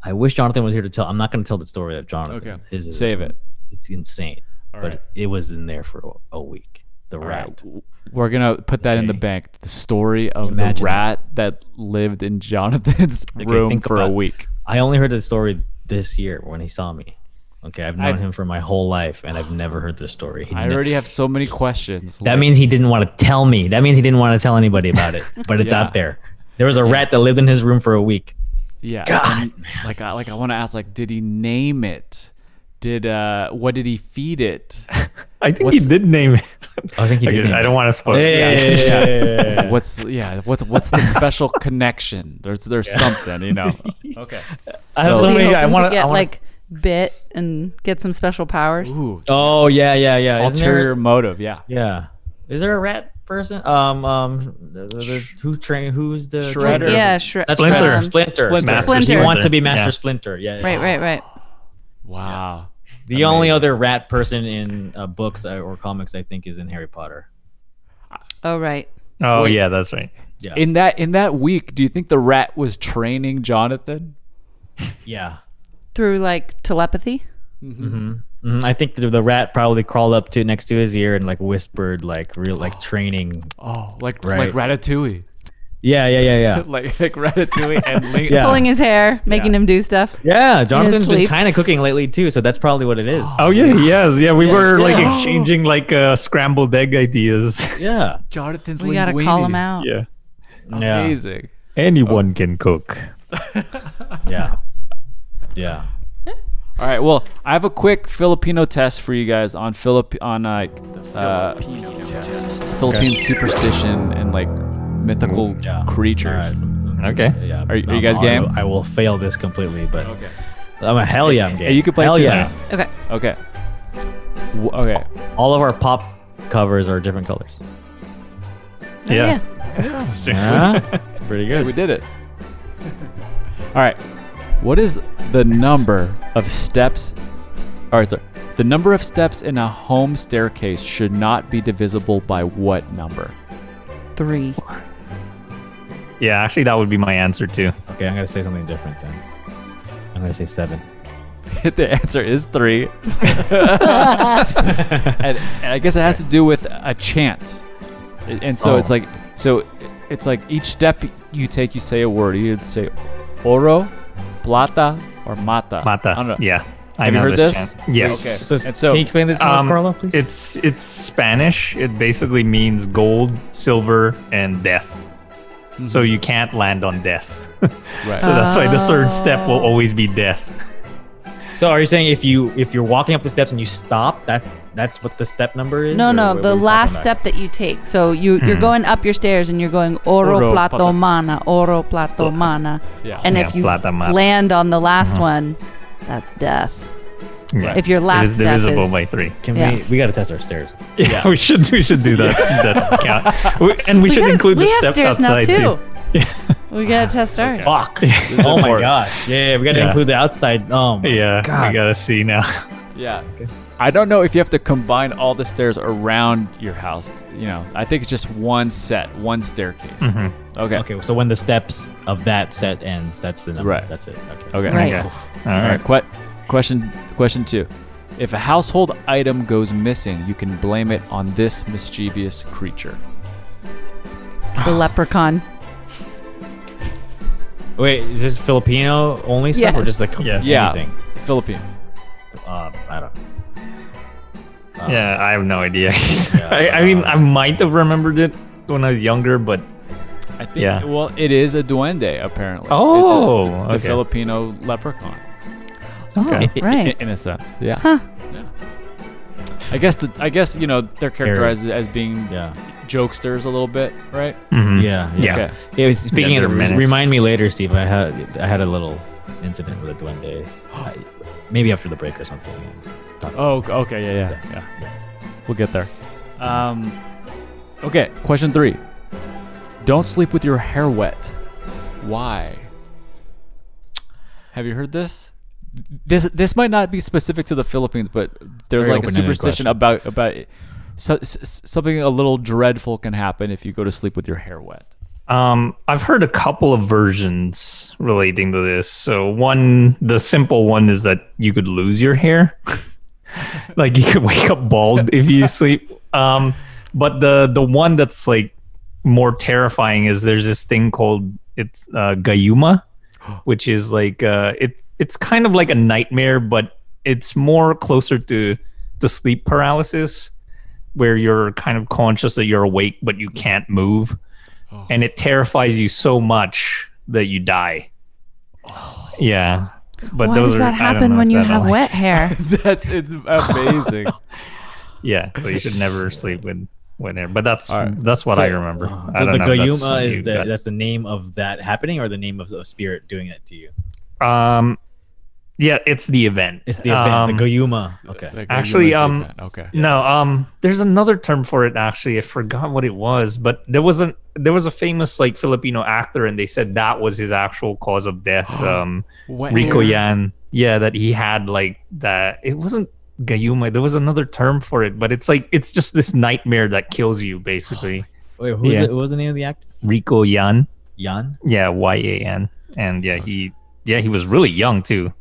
D: I wish Jonathan was here to tell. I'm not going to tell the story of Jonathan.
C: Okay.
D: His is-
C: Save it.
D: It's insane,
C: All
D: but
C: right.
D: it was in there for a, a week. The
C: All
D: rat.
C: right. We're gonna put that in the
D: Okay.
C: bank. The story of the
D: Imagine
C: rat that. lived in
D: <laughs>
C: Jonathan's room
D: think
C: for a
D: about-
C: week.
D: I only heard this story this year when he saw me. Okay, I've known
C: I've-
D: him for my whole life, and I've never heard this story. He
C: I
D: ne-
C: already have so many questions.
D: that
C: like-
D: means he didn't want to tell me. That means he didn't want to tell anybody about it. But
C: <laughs>
D: it's
C: Yeah.
D: out there. There was a rat that lived in his room for a week.
C: Yeah.
D: God.
C: and, Like I like I want to ask like did he name it? Did uh what did he feed it?
F: I think
C: What's-
F: he did name it.
D: Oh, I think he
F: Okay,
D: did. name
F: I
D: it.
F: don't want to spoil. it.
D: Yeah, yeah, <laughs>
F: Yeah.
D: yeah, yeah, yeah, yeah.
C: What's yeah, what's what's
D: <laughs>
C: the special connection? There's there's something, you know.
F: <laughs>
C: Okay.
D: I have
C: So-
D: so,
E: Was he
D: many. I
E: hoping
D: want
E: to get like bit and get some special powers.
D: <laughs>
C: Ooh.
D: Oh yeah, yeah, yeah. Isn't there-
C: Ulterior motive, yeah.
D: yeah. Is there a rat person? Um, um, the, the, the, who train? Who's the
C: Shredder.
D: trainer?
E: Yeah, Shre-
D: That's
F: Splinter.
D: Shredder.
E: um,
D: Splinter.
C: Splinter.
F: Master
E: Splinter.
D: He wants to be
F: Yeah.
D: Master Splinter. Yeah. yeah.
E: Right, right, right.
C: Wow.
D: The only other rat person in uh, books uh, or comics, I think, is in Harry Potter.
E: Oh, right.
F: Oh yeah, that's right.
D: Yeah.
C: In that in that week, do you think the rat was training Jonathan?
D: yeah.
E: Through like telepathy.
D: Mhm. I think the, the rat probably crawled up to next to his ear and like whispered, like real, like training.
C: Oh, like like
D: Right.
C: Ratatouille. <laughs>
D: Yeah, yeah, yeah, yeah.
C: Like like Ratatouille
D: <laughs>
C: and Link.
D: Yeah.
E: Pulling his hair, making
C: Yeah.
E: him do stuff.
D: yeah, Jonathan's been
E: sleep.
D: kind of cooking lately too, so that's probably what
C: <gasps>
D: it is.
F: Oh yeah, he has. Yeah, we were like exchanging like uh, scrambled egg ideas. <laughs>
D: yeah,
C: Jonathan's
E: We gotta call him out.
F: yeah,
D: yeah,
C: Amazing.
F: anyone can cook.
D: yeah, yeah.
C: All right. Well, I have a quick Filipino test for you guys on Philip on uh, uh, Philippine superstition and like mythical
D: Yeah.
C: creatures.
D: All right.
F: Okay.
D: Yeah,
C: Are you- are you
D: I'm-
C: guys
D: I-
C: game?
D: I will fail this completely, but I'm a hell yeah, I'm game.
C: Hey, you can play
D: hell
C: too,
D: yeah.
E: Okay.
C: Okay. W- okay.
D: All of our pop covers are different colors.
E: Oh,
F: Yeah.
E: yeah.
F: That's true.
D: Pretty
C: We
D: good.
C: did it. All right. What is the number of steps? All right, sorry. The number of steps in a home staircase should not be divisible by what number? <laughs>
E: Three.
F: Yeah, actually, that would be my answer too.
D: Okay, I'm gonna say something different then. I'm gonna say seven.
C: the answer is three. <laughs> and, and I guess it has to do with a chant. And and so it's
D: Oh.
C: like, so it's like each step you take, you say a word. You either say oro, plata, or mata.
F: Mata.
C: I don't know.
F: Yeah. I
C: Have you
F: know
C: heard this?
F: chant. Yes.
C: Okay.
D: So,
C: And so-
D: can you explain this,
F: Um,
D: Carlo, please?
F: It's it's Spanish. It basically means gold, silver, and death. So you can't land on death. <laughs>
C: Right.
F: so that's why the third step will always be death.
D: so, are you saying if you if you're walking up the steps and you stop, that that's what the step number is?
E: No,
D: or
E: no,
D: what-
E: the
D: what are you
E: last
D: talking about?
E: step that you take. So you you're
F: Hmm.
E: going up your stairs and you're going oro,
C: Oro,
E: plato
C: plata.
E: mana, oro plato mana.
C: Yeah.
E: And
F: Yeah,
E: if you
F: plata, mana.
E: land on the last one, that's death.
F: Yeah.
E: If your
F: it
E: last
F: is
E: step
F: divisible
E: is
F: by three.
D: Can
E: Yeah.
D: we we gotta test our stairs?
F: Yeah, <laughs> we should we should do that that <laughs> count, we, and we, should
E: gotta-
F: include
E: we
F: the
E: have
F: steps
E: stairs now
F: outside
E: too. <laughs>
F: too.
E: we gotta test ours.
D: Fuck! <laughs> oh my
C: important.
D: gosh! Yeah, yeah, we gotta
F: Yeah.
D: include the outside. Oh my
F: <laughs> Yeah, we gotta see now.
C: Yeah. I don't know if you have to combine all the stairs around your house. You know, I think it's just one set, one staircase. Okay.
D: Okay, so when the steps of that set ends, that's the number.
C: Right.
D: That's it. Okay.
C: Okay.
E: Right.
F: Okay.
C: All right. Que- question. Question two. If a household item goes missing, you can blame it on this mischievous creature.
E: The leprechaun.
D: Wait, is this Filipino only stuff or
E: Yes.
D: just like
F: Yes.
C: Yeah.
D: anything?
C: Philippines.
D: Um, I don't. know.
F: Yeah, I have no idea. I, I mean, I might have remembered it when I was younger, but
C: I think.
F: Yeah.
C: Well, it is a duende apparently. It's a-
F: Oh,
C: the, the
F: okay.
C: Filipino leprechaun.
E: Oh,
F: <laughs> Okay.
C: I-
E: right.
C: In a sense. Yeah.
E: Huh.
C: Yeah. I guess the, I guess you know they're characterized as being
D: Yeah.
C: jokesters a little bit, right?
D: Yeah. Yeah.
F: Yeah.
C: Okay.
D: Yeah, was- speaking
F: they're
D: of,
F: menace.
D: remind me later, Steve. I had I had a little incident with a duende, I, maybe after the break or something. Talk-
C: Oh, ok- okay, yeah, yeah, yeah. We'll get there. Um, okay, question three. Don't sleep with your hair wet. Why? Have you heard this? This this might not be specific to the Philippines, but there's
D: Very
C: like a
D: open-ended
C: superstition
D: question.
C: about about so, s- s- something a little dreadful can happen if you go to sleep with your hair wet.
F: Um, I've heard a couple of versions relating to this. So one, the simple one is that you could lose your hair, <laughs> like you could wake up bald if you sleep. Um, but the the one that's like more terrifying is there's this thing called it's uh, gayuma, which is like uh, it it's kind of like a nightmare, but it's more closer to to sleep paralysis, where you're kind of conscious that you're awake but you can't move and it terrifies you so much that you die. Yeah, <laughs> but
E: Why
F: those
E: does
F: are,
E: that
F: I don't
E: happen
F: know
E: when
F: if
E: you
F: that
E: have
F: always-
E: wet
F: <laughs>
E: hair?
C: <laughs> That's it's amazing.
F: Yeah,
D: <laughs>
F: so you should never sleep with wet hair. But that's
C: All right.
F: that's what I
D: So- uh,
F: remember. I
D: So
F: don't
D: the
F: know if that's
D: Gayuma
F: what
D: is
F: you
D: the
F: got.
D: that's the name of that happening, or the name of the spirit doing it to you.
F: um, yeah, it's the event.
D: It's the event,
F: Um,
D: the Gayuma. Okay.
C: <laughs> Like,
F: Actually,
C: you must
F: um,
C: take that. okay.
F: No, um, there's another term for it. Actually, I forgot what it was, but there wasn't. There was a famous like Filipino actor, and they said that was his actual cause of death.
D: <gasps>
F: Um,
C: Wet
F: Rico
C: hair.
F: Yan. Yeah, that he had like that. It wasn't Gayuma. There was another term for it, but it's like it's just this nightmare that kills you,
D: <sighs>
F: basically.
D: Wait, who's
F: Yeah.
D: it, what was the name of the actor?
F: Rico Yan.
D: Yan.
F: Yeah, Y A N. And yeah, he yeah he was really young too.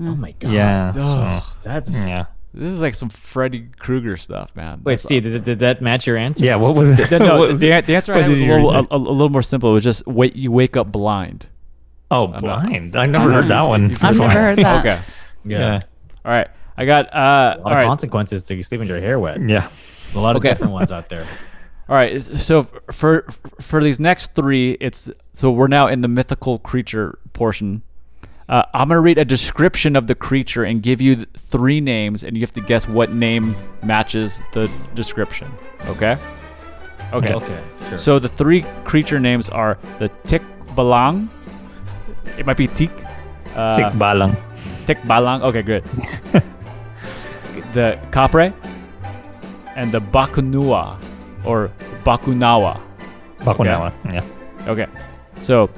D: Oh my god.
F: Yeah.
C: Ugh.
F: so,
D: That's.
F: yeah.
C: This is like some Freddy Krueger stuff, man. That's-
D: Wait, Steve, did, did that match your answer?
F: Yeah. What was it?
C: no,
F: <laughs> What-
C: the, the answer I
F: what
C: had
F: did
C: was a
F: you
C: little, a,
F: research?
C: a- a little more simple. It was just wait, you wake up blind.
F: oh, blind. I never heard that one.
E: I've never heard that.
C: Okay.
F: Yeah.
C: All right. I got. Uh, all
D: A lot of
C: right.
D: consequences to sleeping your hair wet.
F: Yeah.
D: A lot of
C: Okay.
D: different ones
F: <laughs>
D: out there.
C: All right. s- So f- for for these next three, it's so we're now in the mythical creature portion. Uh, I'm gonna read a description of the creature and give you th- three names, and you have to guess what name matches the description. Okay. Okay.
D: Okay. Sure.
C: So the three creature names are the Tikbalang. It might be Tik. Uh,
F: Thick balang.
C: Tikbalang. Okay, good. the Capre and the Bakunua or Bakunawa.
F: Bakunawa. Yeah.
C: Okay. So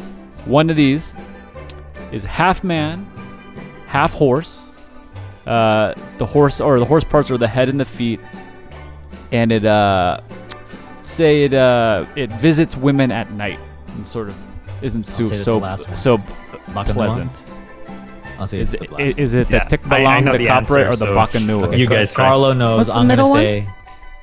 C: one of these is half man, half horse. Uh, the horse or the horse parts are the head and the feet, and it uh, say it uh, it visits women at night and sort of isn't
D: say
C: so
D: that's the
C: so
D: last one.
C: so
D: Bakunawa?
C: pleasant.
D: I'll say
C: Is
D: it's
C: it,
D: the last
C: is it
F: Yeah,
C: the
F: I- I
C: tikbalang,
F: know
C: the,
F: the
C: capre,
F: answer,
C: or the
F: so-
C: bakanua?
F: Okay. You guys try.
D: Carlo knows.
E: What's the
D: I'm gonna
E: middle one?
D: say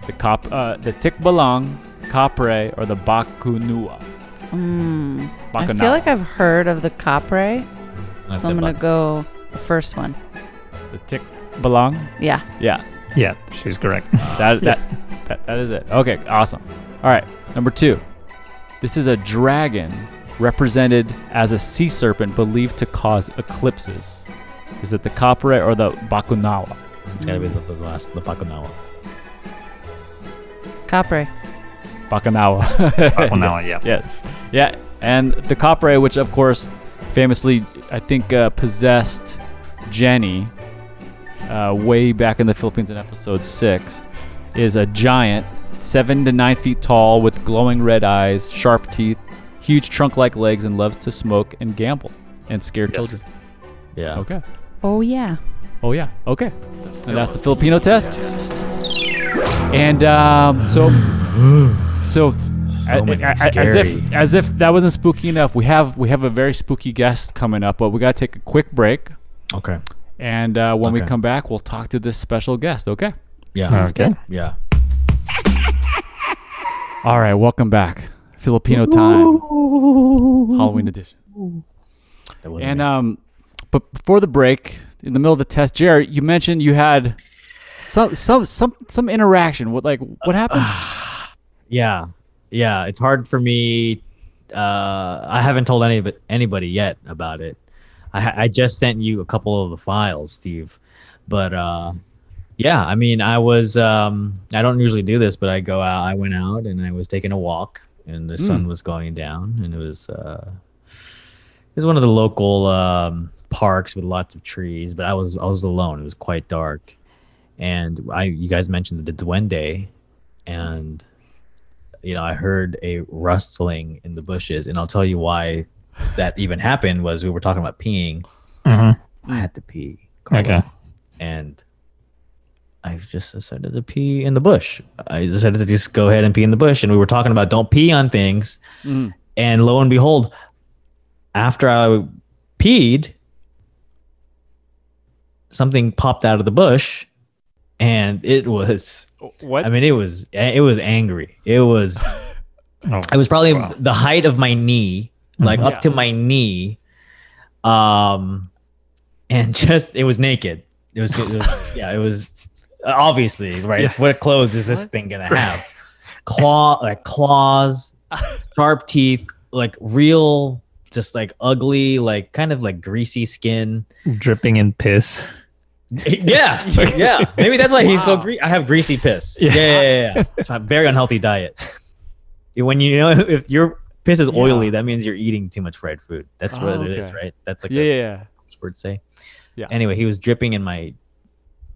C: The cop, uh, the tikbalang, capre, or the bakunua.
E: Mm. I
C: Bakunawa.
E: feel like I've heard of the Capre,
D: I
E: so
D: said
E: I'm gonna
D: Bak-
E: go the first one.
C: the tikbalang.
E: Yeah.
C: Yeah,
F: Yeah.
D: <laughs>
F: She's correct.
C: that, that, that, that is it. Okay, awesome. All right, number two. This is a dragon represented as a sea serpent believed to cause eclipses. Is it the capre or the bakunawa?
D: It's gotta be the, the last, the Bakunawa.
E: Capre.
C: Bakunawa. <laughs>
F: Bakunawa. Yeah.
C: yes. Yeah, and the capre, which of course, famously, I think uh, possessed Jenny uh, way back in the Philippines in episode six, is a giant, seven to nine feet tall, with glowing red eyes, sharp teeth, huge trunk-like legs, and loves to smoke and gamble and scare children.
D: Yeah.
C: Okay.
E: Oh yeah.
C: Oh yeah. Okay. And that's the Filipino test. And um, so, so, a-
D: many-
C: a- a- as if
D: scary.
C: as if that wasn't spooky enough, we have we have a very spooky guest coming up, but we gotta take a quick break.
D: Okay.
C: And uh, when we
D: Okay.
C: come back, we'll talk to this special guest. Okay.
D: Yeah.
F: Okay.
D: Yeah.
C: All right. Welcome back, Filipino time, Halloween edition.
D: That would've
C: And
D: been-
C: um, but before the break, in the middle of the test, Jared, you mentioned you had some some some some interaction. What like what happened?
D: yeah, yeah. It's hard for me. Uh, I haven't told any of it, anybody yet about it. I, ha- I just sent you a couple of the files, Steve, but uh, Yeah, I mean, I was. Um, I don't usually do this, but I go out. I went out and I was taking a walk, and the sun was going down, and it was. Uh, it was one of the local um, parks with lots of trees, but I was I was alone. It was quite dark, and I you guys mentioned the duende, and you know I heard a rustling in the bushes, and I'll tell you why that even happened was we were talking about peeing.
F: Mm-hmm.
D: I had to pee. Carlos
F: Okay.
D: and I just decided to pee in the bush. I decided to just go ahead and pee in the bush. And we were talking about don't pee on things. And lo and behold, after I peed, something popped out of the bush, and it was.
C: What?
D: I mean, it was it was angry. It was.
F: Oh,
D: It was probably the height of my knee, like up to my knee, um, and <laughs> just it was naked. It was, it was yeah, it was obviously right. What clothes is this thing gonna have? Claw like claws, sharp teeth, like real, just like ugly, like kind of like greasy skin.
F: dripping in piss.
D: Yeah, <laughs> yeah. Maybe that's why he's so greasy. I have greasy piss. Yeah, yeah, yeah. yeah. <laughs> It's my very unhealthy diet. When you know <laughs> if your piss is oily, that means you're eating too much fried food. That's what
C: Oh,
D: it is,
C: okay.
D: right? That's like
C: yeah,
D: a
C: yeah, yeah.
D: word say.
C: Yeah.
D: Anyway, he was dripping in my.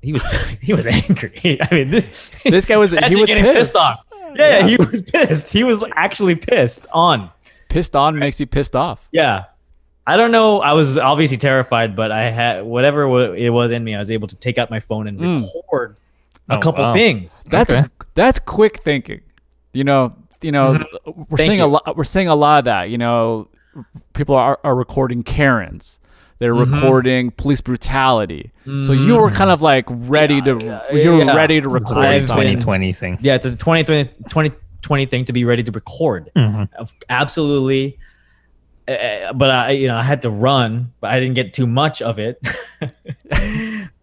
D: He was <laughs> he was angry. <laughs> I mean, this, <laughs>
C: This guy was
D: actually
C: he was
D: getting
C: pissed.
D: pissed. off. Yeah, he was pissed. He was like, actually pissed on.
C: Pissed on makes you pissed off.
D: Yeah. I don't know. I was obviously terrified, but I had whatever wa- it was in me. I was able to take out my phone and record a
F: Oh,
D: couple
F: wow.
D: things.
C: That's
F: Okay.
C: that's quick thinking. You know, you know, we're
D: Mm-hmm. Thank
C: seeing a
D: you.
C: lot. We're seeing a lot of that. You know, people are are recording Karens. They're
D: Mm-hmm.
C: recording police brutality. So you were kind of like ready to you were
D: Mm. yeah.
C: ready to record
D: I've
C: something.
D: been-
F: 2020 thing.
D: Yeah, it's a 2020, 2020 thing to be ready to record. Of- Absolutely. Uh, but I, you know, I had to run, but I didn't get too much of it.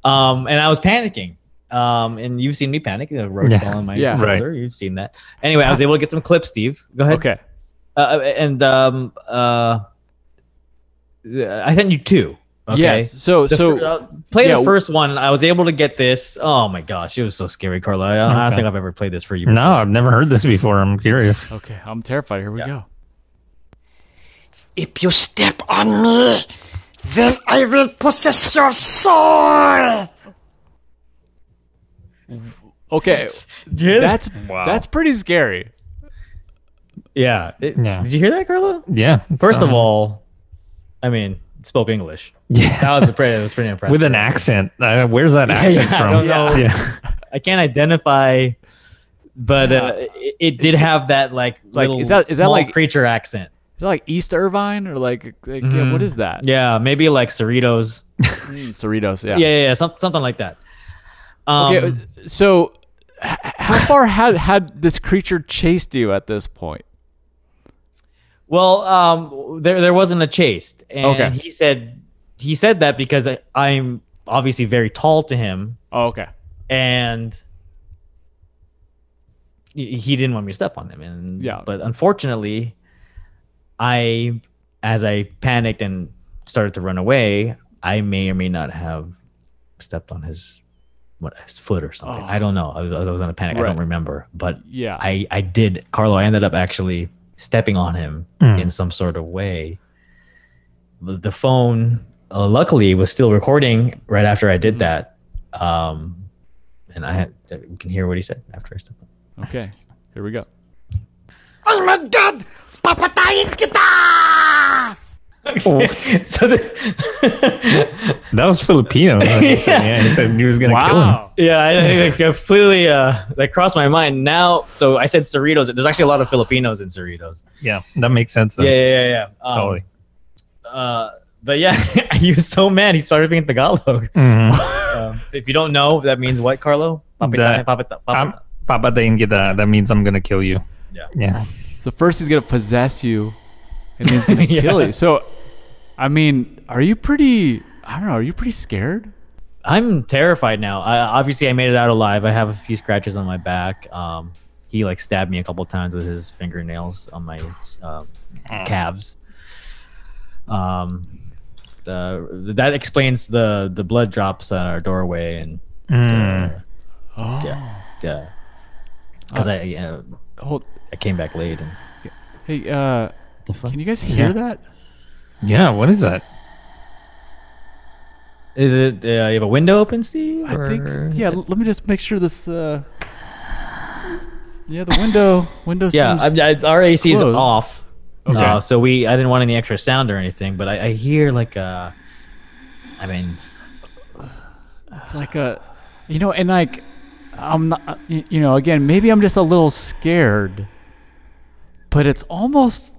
D: um, and I was panicking. Um, and you've seen me panic. The road
F: Yeah.
D: fell on my
C: Yeah.
F: Right.
D: shoulder. You've seen that. Anyway, I was able to get some clips, Steve. Go ahead.
C: Okay.
D: uh, and um, uh, I sent you two. Okay?
C: Yes. So
D: The
C: so
D: fir- uh, play
C: yeah.
D: the first one. I was able to get this. Oh my gosh, it was so scary, Carla. I, I don't
F: Okay.
D: think I've ever played this for you.
F: No, I've never heard this before. I'm curious.
C: okay. I'm terrified. Here we go.
H: If you step on me, then I will possess your soul!
D: <laughs>
C: Okay.
D: Did you hear that?
C: That's that's pretty scary.
D: yeah. It-
F: Yeah.
D: Did you hear that, Carla?
F: Yeah.
D: First of all, I mean, it spoke English.
F: yeah,
D: That was a pretty. That was pretty impressive.
F: <laughs> with an accent. Uh, where's that accent
D: yeah, I
F: from?
D: don't know.
F: Yeah.
D: I can't identify, but uh, it, it did have that like
C: Like,
D: little
C: is that- is that
D: small
C: like-
D: creature accent?
C: Is that like East Irvine or like, like yeah, what is that?
D: Mm-hmm. Yeah, maybe like Cerritos.
C: Mm, Cerritos. Yeah.
D: Yeah, yeah, yeah some, something like that. Um,
C: Okay, so h- how far had had this creature chased you at this point?
D: Well, um, there there wasn't a chase, and
C: Okay.
D: he said he said that because I, I'm obviously very tall to him,
C: Oh, okay.
D: and he he didn't want me to step on him. And
C: Yeah.
D: but unfortunately, I as I panicked and started to run away, I may or may not have stepped on his what his foot or something. I don't know. I was, I was in a panic. I
C: Oh. Right.
D: don't remember, but
C: Yeah.
D: I, I did, Carlo. I ended up actually stepping on him in some sort of way. The the phone, uh, luckily, was still recording right after I did that, um, and I had, uh, you can hear what he said after I stepped. on him.
C: okay. Here
D: <laughs>
C: we go.
H: I'm a god! Papatayin kita!
D: <laughs> so the, <laughs>
F: That was Filipino. yeah. He said he was going to kill him.
D: yeah, I, I <laughs> I completely uh, that crossed my mind. Now, so I said Cerritos. There's actually a lot of Filipinos in Cerritos.
F: Yeah. That makes sense. Though.
D: Yeah, yeah, yeah. yeah. Um,
F: Totally.
D: Uh, but yeah, <laughs> he was so mad. He started being Tagalog.
F: Mhm.
D: Um, if you don't know, that means what, Carlo? Papita,
F: That-
D: papita,
F: I'm,
D: papita.
F: papatayin kita. That means I'm going to kill you.
D: Yeah.
F: Yeah.
C: So first he's gonna possess you, and he's
D: <laughs>
C: gonna
D: Yeah.
C: kill you. So, I mean, are you pretty? I don't know. Are you pretty scared?
D: I'm terrified now. I, obviously, I made it out alive. I have a few scratches on my back. Um, he like stabbed me a couple times with his fingernails on my uh, calves. Um, the, that explains the the blood drops on our doorway and uh,
F: Mm.
D: Yeah. Yeah. Because I, yeah,
C: Hold.
D: I came back late and
C: Hey, uh, can you guys hear that?
F: Yeah, what is that?
D: Is it uh, you have a window open, Steve?
C: I think.
D: or-
C: Yeah. l- Let me just make sure this. uh Yeah, the window. Window.
D: Yeah,
C: Seems,
D: I, I, our AC is
C: closed.
D: off. Okay. Uh, so we I didn't want any extra sound or anything, but I, I hear like uh I mean
C: It's like a, you know, and like, I'm not, y- you know, again, maybe I'm just a little scared, but it's almost,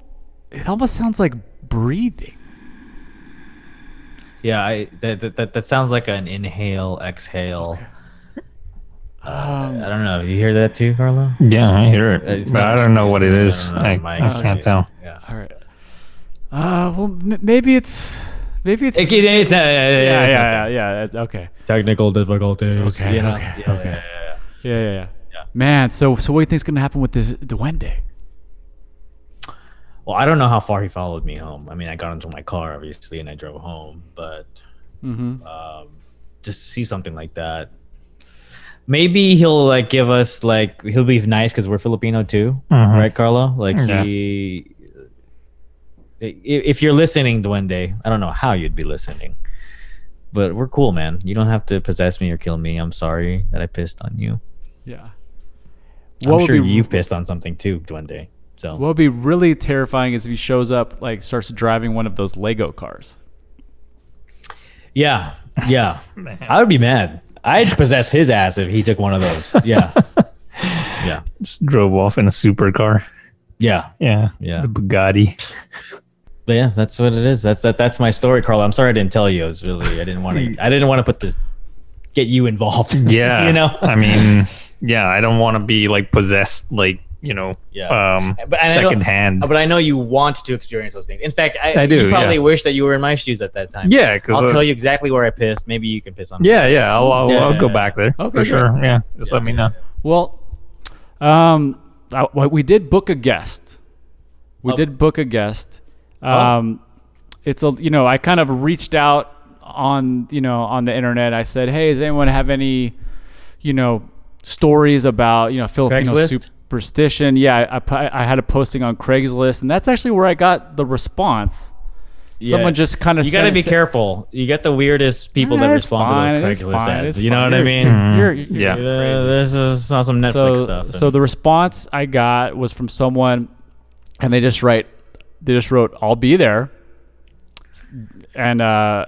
C: it almost sounds like breathing.
D: yeah, I that that, that, that sounds like an inhale exhale.
C: Um,
D: I don't know. You hear that too, Carlo?
F: Yeah, I hear it,
D: Uh, It's uh,
F: but
D: not
F: I don't know what it is.
D: I don't know,
F: I,
D: my
F: I can't
D: experience.
F: tell.
D: Yeah.
C: all right. Uh, well, m- maybe it's, maybe it's.
D: It, it, it's, uh,
C: yeah, yeah,
D: it's
C: yeah, yeah, yeah. Okay.
D: Technical difficulties.
C: Okay,
D: you know?
C: okay,
D: yeah,
C: okay.
D: yeah, yeah, yeah.
C: Yeah, yeah, yeah.
D: Yeah.
C: Man, so so what do you think's gonna happen with this duende?
D: Well, I don't know how far he followed me home. I mean, I got into my car obviously, and I drove home. But um,
C: Mm-hmm.
D: just to see something like that, maybe he'll like give us like he'll be nice because we're Filipino too,
F: Mhm.
D: right, Carlo? Like
F: Yeah.
D: he, i- if you're listening, Duende, I don't know how you'd be listening, but we're cool, man. You don't have to possess me or kill me. I'm sorry that I pissed on you.
C: Yeah.
D: I'm
C: would
D: sure
C: be-
D: you've pissed on something too, Duende. So
C: What would be really terrifying is if he shows up, like, starts driving one of those Lego cars.
D: Yeah, yeah. I would be mad. I'd possess his ass if he took one of
F: <laughs>
D: those. Yeah, yeah,
F: Just drove off in a supercar.
D: yeah,
F: Yeah,
D: yeah.
F: the <laughs> Bugatti.
D: But yeah, that's what it is. That's that. That's my story, Carl. I'm sorry I didn't tell you. I was really I didn't want to. I didn't want to put this get you involved. <laughs>
F: Yeah,
D: you
F: <laughs>
D: know.
F: I mean, yeah, I don't want to be like possessed, like you know,
D: Yeah.
F: um,
D: But I don't-
F: secondhand.
D: But I know you want to experience those things. In fact, I,
F: I do,
D: You probably
F: yeah.
D: wish that you were in my shoes at that time.
F: yeah, because
D: I'll tell you exactly where I pissed. Maybe you can piss on me.
F: Yeah, yeah, I'll, I'll,
D: Yeah,
F: I'll
D: yeah,
F: go
D: yeah.
F: back there
C: Okay,
F: for
C: good.
F: sure. Yeah, just let me know.
C: Well, um, I, well, we did book a guest.
D: Oh.
C: We did book a guest. Um, It's a you know I kind of reached out on you know on the internet. I said, hey, does anyone have any you know stories about you know Filipino
D: Craigslist?
C: superstition? Yeah, I, I pu- I had a posting on Craigslist, and that's actually where I got the response.
D: Yeah.
C: Someone just kind of
D: You gotta be careful. You get the weirdest people
C: Eh,
D: that
C: it's
D: respond to
C: fine,
D: those
C: it's
D: Craigslist
C: fine,
D: ads.
C: it's
D: You know
C: fine.
D: what I
C: You're-
D: mean?
F: Mm-hmm.
C: You're, you're,
F: Yeah.
D: Uh, this is some Netflix
C: so,
D: stuff.
C: So the response I got was from someone, and they just write, they just wrote, "I'll be there," and <laughs> uh,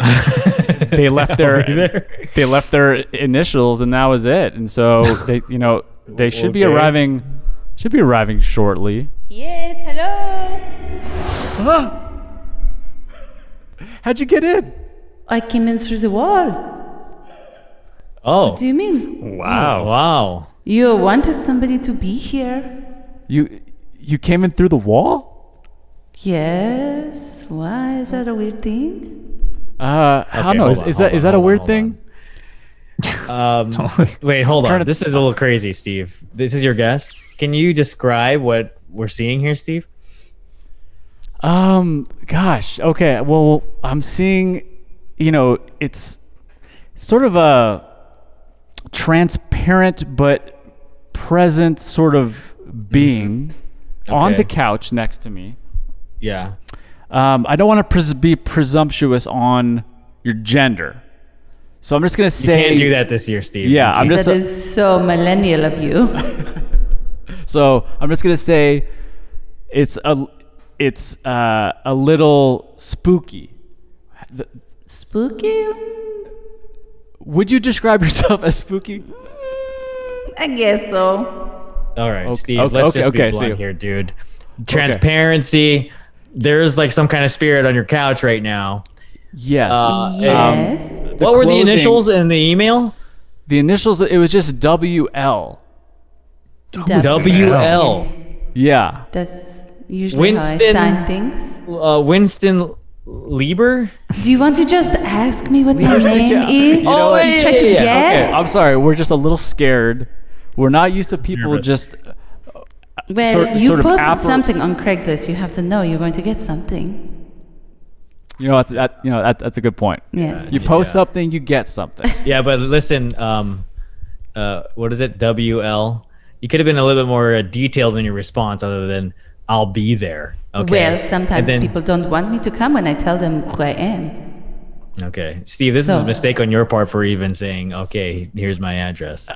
C: they left
D: <laughs>
C: their they left their initials, and that was it. And <laughs> so they, you know, they should be
D: Okay.
C: arriving, should be arriving shortly.
G: Yes, hello.
C: How'd you get in?
G: I came in through the wall.
D: oh
G: Do you mean
D: wow, wow.
G: you wanted somebody to be here?
C: You you came in through the wall?
G: Yes. Why is that a weird thing?
C: Uh, I don't know. Is,
D: hold
C: is
D: on,
C: that
D: hold
C: is
D: on,
C: that a
D: hold on,
C: weird
D: hold
C: thing?
D: Um,
C: <laughs>
F: <laughs>
D: wait, hold
C: trying
D: on.
C: to-
D: This is a little crazy, Steve. This is your guest. Can you describe what we're seeing here, Steve?
C: Um, gosh. Okay. Well, I'm seeing, you know, it's sort of a transparent but present sort of being on
D: Mm-hmm. Okay.
C: the couch next to me.
D: Yeah.
C: Um, I don't want to pres- be presumptuous on your gender. So I'm just going to
D: You
C: say
D: can't do that this year, Steve.
C: Yeah, I'm
G: That is
C: just
G: so millennial of
D: <laughs>
G: you.
C: So I'm just gonna say, it's a it's uh, a little spooky.
G: Spooky?
C: Would you describe <laughs> yourself as spooky?
G: I guess so.
D: All right,
C: Okay,
D: Steve.
C: okay,
D: let's
C: okay,
D: just be
C: okay,
D: blunt
C: Steve.
D: here, dude. Transparency. There's like some kind of spirit on your couch right now.
C: Yes.
D: Uh,
G: yes.
D: what were the
C: clothing-
D: initials in the email?
C: the initials. It was just WL.
D: W L.
C: Yeah.
G: That's usually
D: Winston-
G: how I sign things.
D: Uh, Winston Lieber.
G: Do you want to just ask me what my name is?
D: know
G: oh,
D: what?
G: you
D: Yeah,
G: try
D: yeah,
G: to
D: yeah, okay.
G: guess?
C: I'm sorry. We're just a little scared. We're not used to people just.
G: Well,
C: sort-
G: you
C: sort of
G: posted
C: Apple-
G: something on Craigslist. You have to know you're going to get something.
C: You know. That's, that, you know. That, that's a good point.
G: Yes.
C: <laughs> You post something, you get something.
D: Yeah, but listen, um, uh, what is it? WL. You could have been a little bit more uh, detailed in your response, other than "I'll be there." Okay.
G: Well,
D: And
G: sometimes
D: then-
G: people don't want me to come when I tell them who I am.
D: Okay, Steve, this is
G: So-
D: a mistake on your part for even saying, "Okay, here's my address."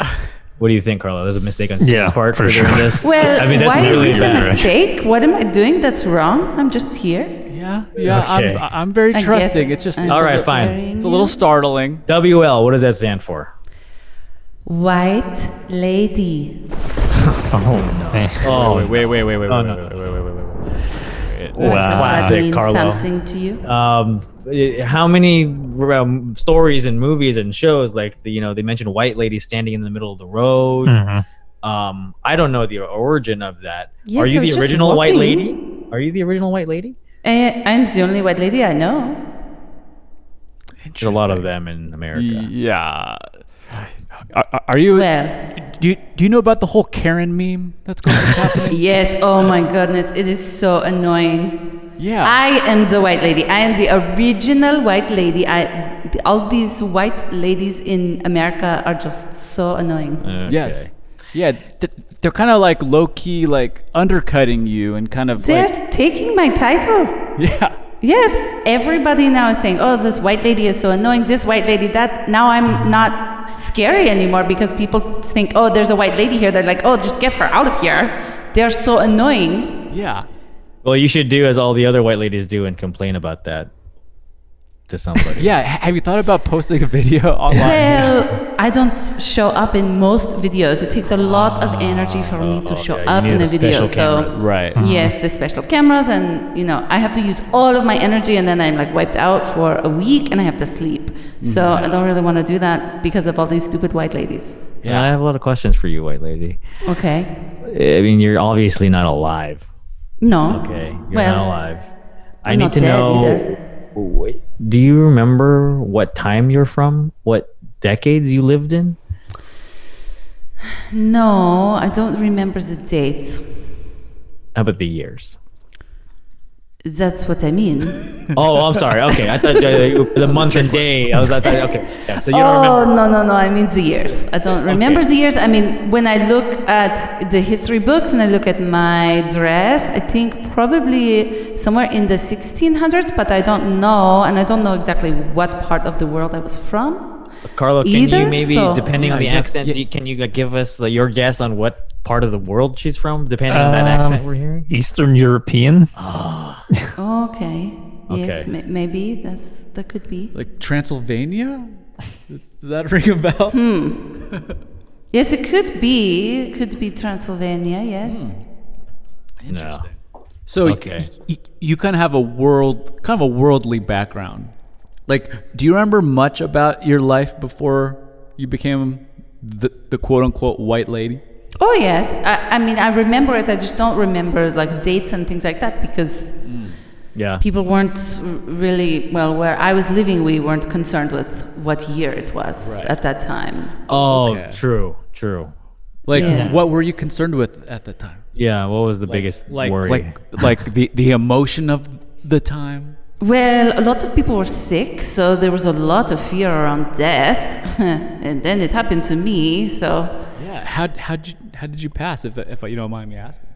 D: What do you think, Carlo? That's a mistake on Steve's
F: Yeah,
D: part
F: for
D: for doing
F: sure.
D: this.
G: Well,
D: I mean, that's
G: why
D: really
G: is this a
D: bad.
G: mistake? What am I doing that's wrong? I'm just here.
C: Yeah, yeah.
D: Okay.
C: I'm, I'm very
G: I guess
C: trusting. It's just
G: I'm
C: it's,
D: All
C: a
D: right,
C: little-
D: fine.
G: carrying
C: it's a little
G: you.
C: startling.
D: WL. What does that stand for?
G: White lady.
F: Oh, no. <laughs>
D: Oh,
C: Wait, wait, wait, wait, wait,
D: Oh,
C: wait,
D: no.
C: wait, wait, wait, wait, wait, wait.
F: Wow.
G: Does that
D: Classic
G: mean
D: Ah, Carlo.
G: something to you?
D: um, eh, how many um, stories and movies and shows like the, you know they mentioned white lady standing in the middle of the road?
F: Mhm.
D: Um, I don't know the origin of that.
G: Yes,
D: Are
G: I
D: you
G: was
D: the
G: just
D: original white
G: walking.
D: lady? Are you the original white lady?
G: I, Uh, eh, I'm the only white lady I know.
D: There's a lot of them in America.
C: Yeah. Are, are- are you?
G: Well,
C: do you, do you know about the whole Karen meme that's going on? <laughs>
G: yes. Oh my goodness, it is so annoying.
C: yeah.
G: I am the white lady. I am the original white lady. I, all these white ladies in America are just so annoying.
D: Okay.
C: Yes. Yeah, th- they're kind of like low key, like undercutting you and kind of
G: They're
C: like
G: taking my title.
C: <laughs> yeah.
G: Yes, everybody now is saying, "Oh, this white lady is so annoying. This white lady that." Now I'm not scary anymore because people think, "Oh, there's a white lady here." They're like, "Oh, just get her out of here." They're so annoying.
C: Yeah.
D: Well, you should do as all the other white ladies do and complain about that to <laughs> somebody.
C: Yeah. ha- Have you thought about posting a video <laughs>
G: <laughs>
C: online?
G: Well, I don't show up in most videos. It takes a lot of energy for me to show
D: Oh, okay. You
G: up
D: need
G: in a
D: the
G: video.
D: special
G: So
D: cameras.
C: right.
G: Yes, the special cameras, and you know, I have to use all of my energy, and then I'm like wiped out for a week, and I have to sleep. So I don't really want to do that because of all these stupid white ladies.
D: <laughs> Yeah, I have a lot of questions for you, white lady.
G: Okay.
D: I mean, you're obviously not alive.
G: No.
D: Okay, uh, you're
G: Well,
D: not alive. i
G: I'm
D: need
G: not
D: to
G: dead
D: know.
G: either.
D: Wait, Do you remember what time you're from? What decades you lived in?
G: No, I don't remember the date.
D: How about
C: <laughs>
D: the years?
G: That's what I mean.
D: Oh, I'm sorry. Okay, I thought uh, the month and day. I was I thought, okay. Yeah, so you don't
G: oh
D: remember.
G: no no no! I mean the years. I don't remember
D: Okay.
G: the years. I mean when I look at the history books and I look at my dress, I think probably somewhere in the 1600s, but I don't know, and I don't know exactly what part of the world I was from.
D: Carlo, can
G: either,
D: you maybe,
G: so-
D: depending on the
C: Yeah, yeah,
D: accent,
C: yeah.
D: do you- can you like, give us uh, your guess on what part of the world she's from, depending on that
F: Um,
D: accent we're hearing?
F: Eastern European.
D: Uh,
G: Okay. Yes,
D: Okay.
G: ma- maybe that's that could be.
C: Like Transylvania? Does that <laughs> ring a bell?
G: Yes, it could be. Could be Transylvania. Yes.
D: Hmm. No.
C: So y-
D: Okay.
C: y- you kind of have a world, kind of a worldly background. Like, do you remember much about your life before you became the, the quote unquote white lady?
G: Oh yes. I, I mean I remember it. I just don't remember like dates and things like that because
D: Yeah.
G: people weren't r- really well where I was living. We weren't concerned with what year it was at that time.
D: Oh, true, true.
C: Like,
G: Yeah.
C: what were you concerned with at the time?
D: Yeah. What was the biggest
C: Like,
D: worry?
C: like, like the the emotion of the time.
G: Well, a lot of people were sick, so there was a lot of fear around death, <laughs> and then it happened to me. So
C: Yeah. How how did you, how did you pass? If if you don't mind me asking.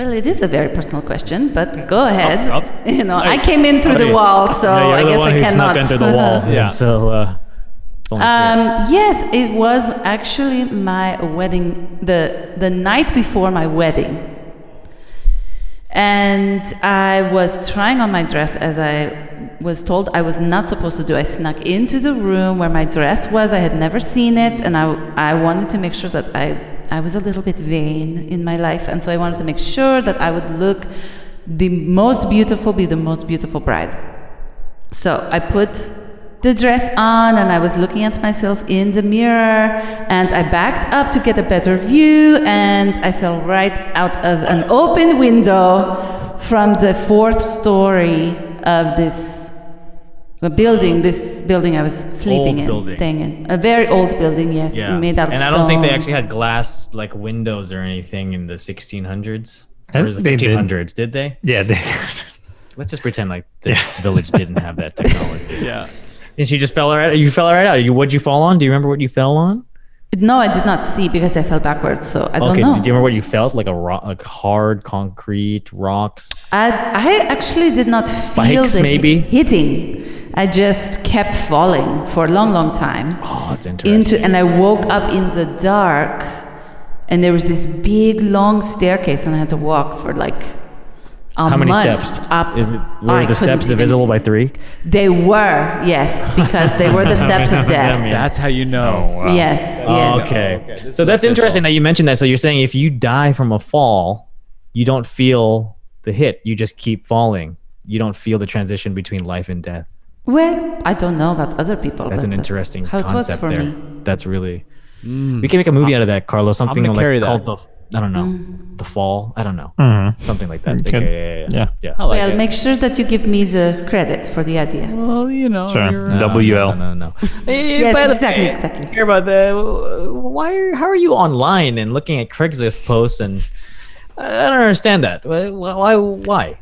G: well, it is a very personal question, but go ahead.
D: up.
G: You know, I came in through the
D: Okay.
G: wall, so
D: yeah, you're
G: I
D: the
G: guess
D: one
G: I
D: who
G: cannot.
D: snuck under the
G: <laughs>
D: wall.
C: Yeah.
D: So. Uh, it's only fair.
G: Um, yes, it was actually my wedding, the, the night before my wedding. And I was trying on my dress as I was told I was not supposed to do. I snuck into the room where my dress was. I had never seen it. And I, I wanted to make sure that I, I was a little bit vain in my life. And so I wanted to make sure that I would look the most beautiful, be the most beautiful bride. So I put the dress on and I was looking at myself in the mirror and I backed up to get a better view and I fell right out of an open window from the fourth story of this building, this building I was sleeping
D: Old
G: in,
D: building.
G: staying in. A very old building, yes,
D: yeah.
G: made out of
D: and I don't think they
G: stones.
D: actually had glass like windows or anything in the 1600s.
F: Huh?
D: Or was it
F: They did.
D: 1500s? Did they?
F: Yeah. They,
D: <laughs> Let's just pretend like this village didn't have that technology.
C: Yeah.
D: And she just fell right. You fell right out. You what'd you fall on? Do you remember what you fell on?
G: No, I did not see because I fell backwards. So I don't
D: Okay,
G: know.
D: did you remember what you felt? Like a rock, like hard concrete rocks.
G: I, I actually did not feel
D: Spikes,
G: the
D: maybe?
G: hitting. I just kept falling for a long, long time.
D: Oh, it's interesting.
G: into and I woke up in the dark and there was this big long staircase and I had to walk for like a
D: How many
G: month
D: steps?
G: up.
D: Is it, were
G: I
D: the
G: couldn't
D: steps
G: even-
D: divisible by three?
G: They were, yes, because
D: <laughs>
G: they were the steps of death.
C: That's how you know.
G: Yes, yes.
D: Oh, okay. So that's interesting that you mentioned that. So you're saying if you die from a fall, you don't feel the hit. You just keep falling. You don't feel the transition between life and death.
G: Well, I don't know about other people.
D: That's an
G: but
D: interesting
G: how it was
D: concept
G: for
D: there.
G: me.
D: That's really. We can make a movie out of that, Carlos. Something
C: gonna
D: like
C: carry that.
D: called the. I don't know.
G: Mm.
D: The fall. I don't know. Something like that.
F: Okay.
D: Okay, Mm-hmm. yeah, yeah, yeah.
F: Yeah.
D: I like
G: Well,
D: it.
G: make sure that you give me the credit for the idea.
C: Well, you know,
F: Sure.
C: you're-
F: No.
D: Uh, No,
F: WL.
D: No, no, no.
G: <laughs>
D: Eh,
G: Yes, exactly, exactly.
D: care about that. eh, Why? Are, how are you online and looking at Craigslist posts? And I don't understand that. Why? Why? why?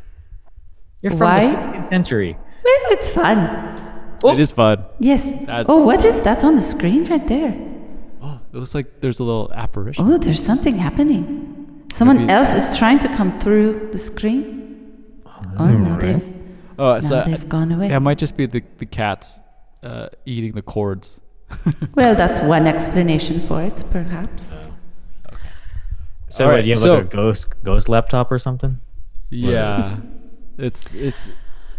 D: You're from
G: Why?
D: the 16th century.
G: Well, it's fun.
C: it is fun.
G: Yes.
C: That-
G: oh, what is that on the screen right there?
C: Oh, it looks like there's a little apparition.
G: Oh, there's something happening. Someone
C: Maybe-
G: else is trying to come through the screen. Oh, no, they've,
C: Oh,
G: now
C: so
G: they've gone away.
C: that might just be the the cats uh, eating the <laughs> cords.
G: well, that's one explanation for it, perhaps.
D: So,
C: All
D: what,
C: right,
D: do you have
C: so-
D: like a ghost ghost laptop or something?
C: Yeah, it's it's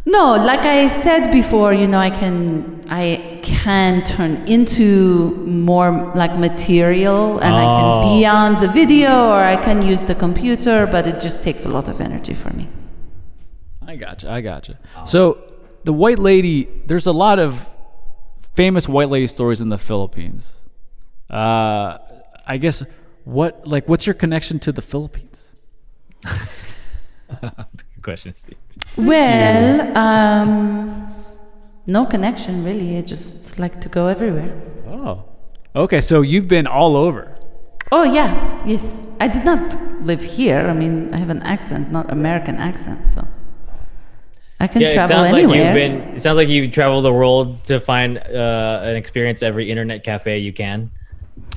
G: No, like I said before, you know, I can I can turn into more like material, and I
D: Oh.
G: can be on the video, or I can use the computer, but it just takes a lot of energy for me.
C: I gotcha. I gotcha. So the white lady, there's a lot of famous white lady stories in the Philippines. Uh, I guess what like what's your connection to the Philippines?
D: Good question, Steve.
G: Well, um, no connection really. I just like to go everywhere.
C: Oh, okay. So you've been all over.
G: Oh yeah, yes. I did not live here. I mean, I have an accent, not American accent, so I can travel anywhere.
D: been. It sounds like you travel the world to find uh, an experience every internet cafe you can.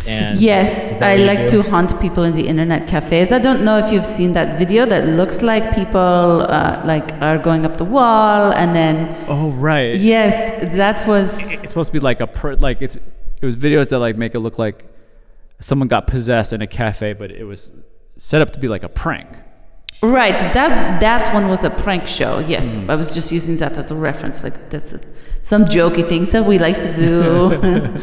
D: And
G: yes, I like to haunt people in the internet cafes. I don't know if you've seen that video that looks like people uh, like are going up the wall, and then
C: Oh right.
G: yes, that was
C: It's supposed to be like a per, like it's it was videos that like make it look like someone got possessed in a cafe, but it was set up to be like a prank.
G: right. That that one was a prank show. Yes,
C: Hmm.
G: I was just using that as a reference. Like that's it. some jokey things that we like to
C: <laughs>
G: do.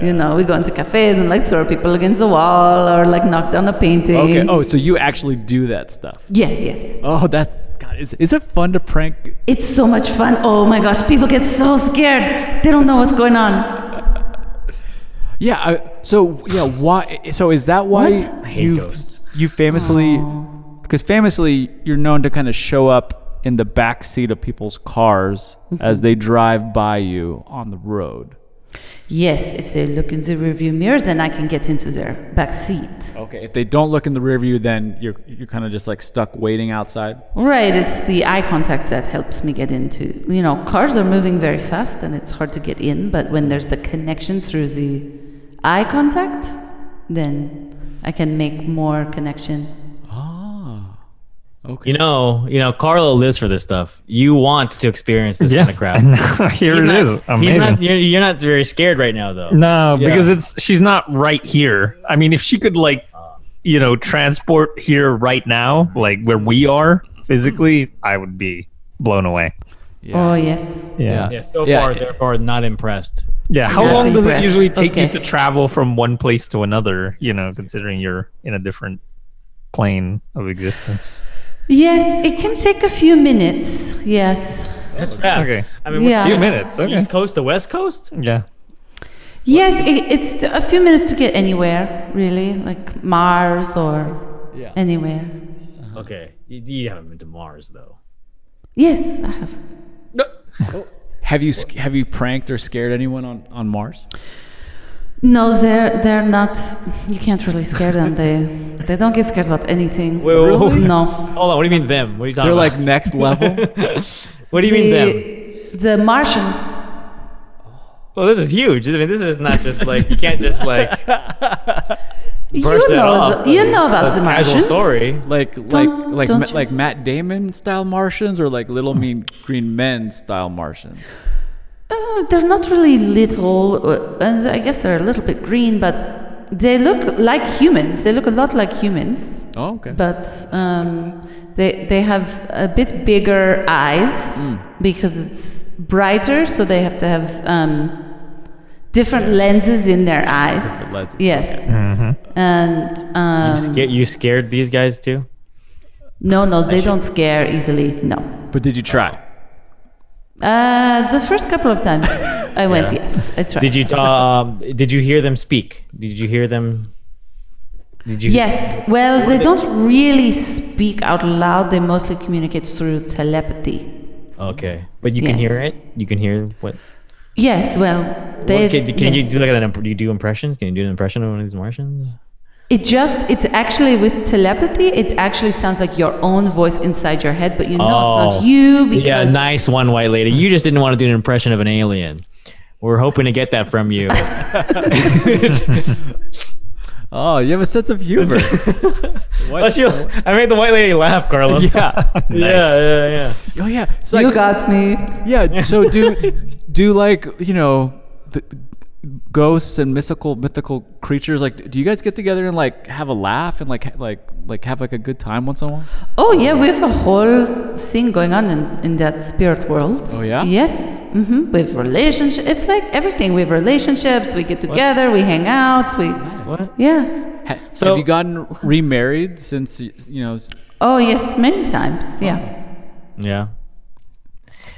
G: You know, we go into cafes and like throw people against the wall or like knock down a painting.
C: Okay. Oh, so you actually do that stuff?
G: Yes, yes, yes.
C: Oh, that God is is it fun to prank?
G: It's so much fun. Oh my gosh, people get so scared. They don't know what's going on.
C: Yeah. I, so yeah, why? So is that why
G: What?
D: I hate
C: you
D: ghosts.
C: you famously because famously you're known to kind of show up in the back seat of people's cars as they drive by you on the road.
G: Yes, if they look in the rearview mirror, then I can get into their back seat.
C: Okay. If they don't look in the rear view, then you're you're kind of just like stuck waiting outside.
G: Right, it's the eye contact that helps me get into. You know, cars are moving very fast and it's hard to get in, but when there's the connection through the eye contact, then I can make more connection.
C: Ah.
D: You know, you know, Carlo lives for this stuff. You want to experience <laughs> this kind of
F: <laughs>
D: crap.
F: Here it
D: He's
F: is.
D: not-
F: Amazing.
D: He's not, you're, you're not very scared right now, though.
F: No, because it's she's not right here. I mean, if she could like, you know, transport here right now, like where we are physically, I would be blown away.
G: Oh, yes.
C: Yeah.
D: Yeah, so
C: Yeah,
D: far,
C: it-
D: therefore, not impressed.
F: Yeah. How
G: That's
F: long does it
G: impressed.
F: usually take you
G: Okay.
F: to travel from one place to another? You know, considering you're in a different plane of existence.
G: Yes, it can take a few minutes. Yes.
D: That's fast.
F: Okay.
D: I mean,
G: Yeah.
D: yeah.
F: A few minutes. Okay.
D: East Coast to West Coast?
F: Yeah.
G: Yes, it, it's a few minutes to get anywhere, really, like Mars or
C: Yeah.
G: anywhere.
D: Okay. You, you haven't been to Mars, though.
G: Yes, I have.
C: Have you sc- have you pranked or scared anyone on, on Mars?
G: No, they're they're not. You can't really scare them. They they don't get scared about anything.
D: Wait, wait, <laughs> wait.
G: No.
D: Hold on. What do you mean them? What are you talking
C: They're
D: about?
C: like <laughs>
D: <laughs>
C: next level.
D: what do you mean them?
G: The Martians.
D: Well, this is huge. I mean, this is not just like you can't just
G: <laughs>
D: like brush
G: you
D: that
G: know,
D: off.
G: you know about
D: That's
G: the
D: a casual
G: Martians.
D: story.
C: like like
G: Don't-
C: like
G: don't
C: Ma-
G: you-
C: like Matt Damon style Martians or like Little Mean Green Men style Martians.
G: Uh, they're not really little, uh, and I guess they're a little bit green, but they look like humans. They look a lot like humans,
C: Oh, okay.
G: but um, they they have a bit bigger eyes
D: Mm.
G: because it's brighter, so they have to have um, different lenses in their eyes.
C: Different lenses,
G: Yes, and um,
D: Sca- you scared these guys too?
G: no, no, they don't scare easily. No.
C: but did you try?
G: Uh, the first couple of times I went,
D: <laughs> Yeah.
G: yes, I tried.
D: Did you um, did you hear them speak? Did you hear them? Did you?
G: Yes. Well, they don't really speak out loud. They mostly communicate through telepathy.
D: Okay, but you can
G: Yes.
D: hear it. You can hear what?
G: Yes. Well, they.
D: what- can can
G: yes.
D: you do like an? imp- Do you do impressions? Can you do an impression of one of these Martians?
G: It just. It's actually with telepathy. It actually sounds like your own voice inside your head, but you know it's
D: Oh.
G: not you because.
D: Yeah, nice one, white lady. You just didn't want to do an impression of an alien. We're hoping to get that from you.
C: Oh, you have a sense of humor.
D: Plus, you- I made the white lady laugh, Carlos.
C: yeah.
D: <laughs> yeah, yeah, yeah.
C: <laughs> Oh yeah. So
G: You
C: like,
G: got me.
C: yeah. So do do like you know the ghosts and mystical mythical creatures like do you guys get together and like have a laugh and like ha- like like have like a good time once in a while?
G: Oh yeah, we have a whole thing going on in, in that spirit world.
C: Oh, yeah?
G: Yes. Mm-hmm. We have relationships. It's like everything. We have relationships. We get together. We hang out. We.
D: What?
G: Yeah.
C: Ha-
D: So-
C: have you gotten remarried since y- you know? s-
G: Oh yes, many times. Yeah.
D: Yeah.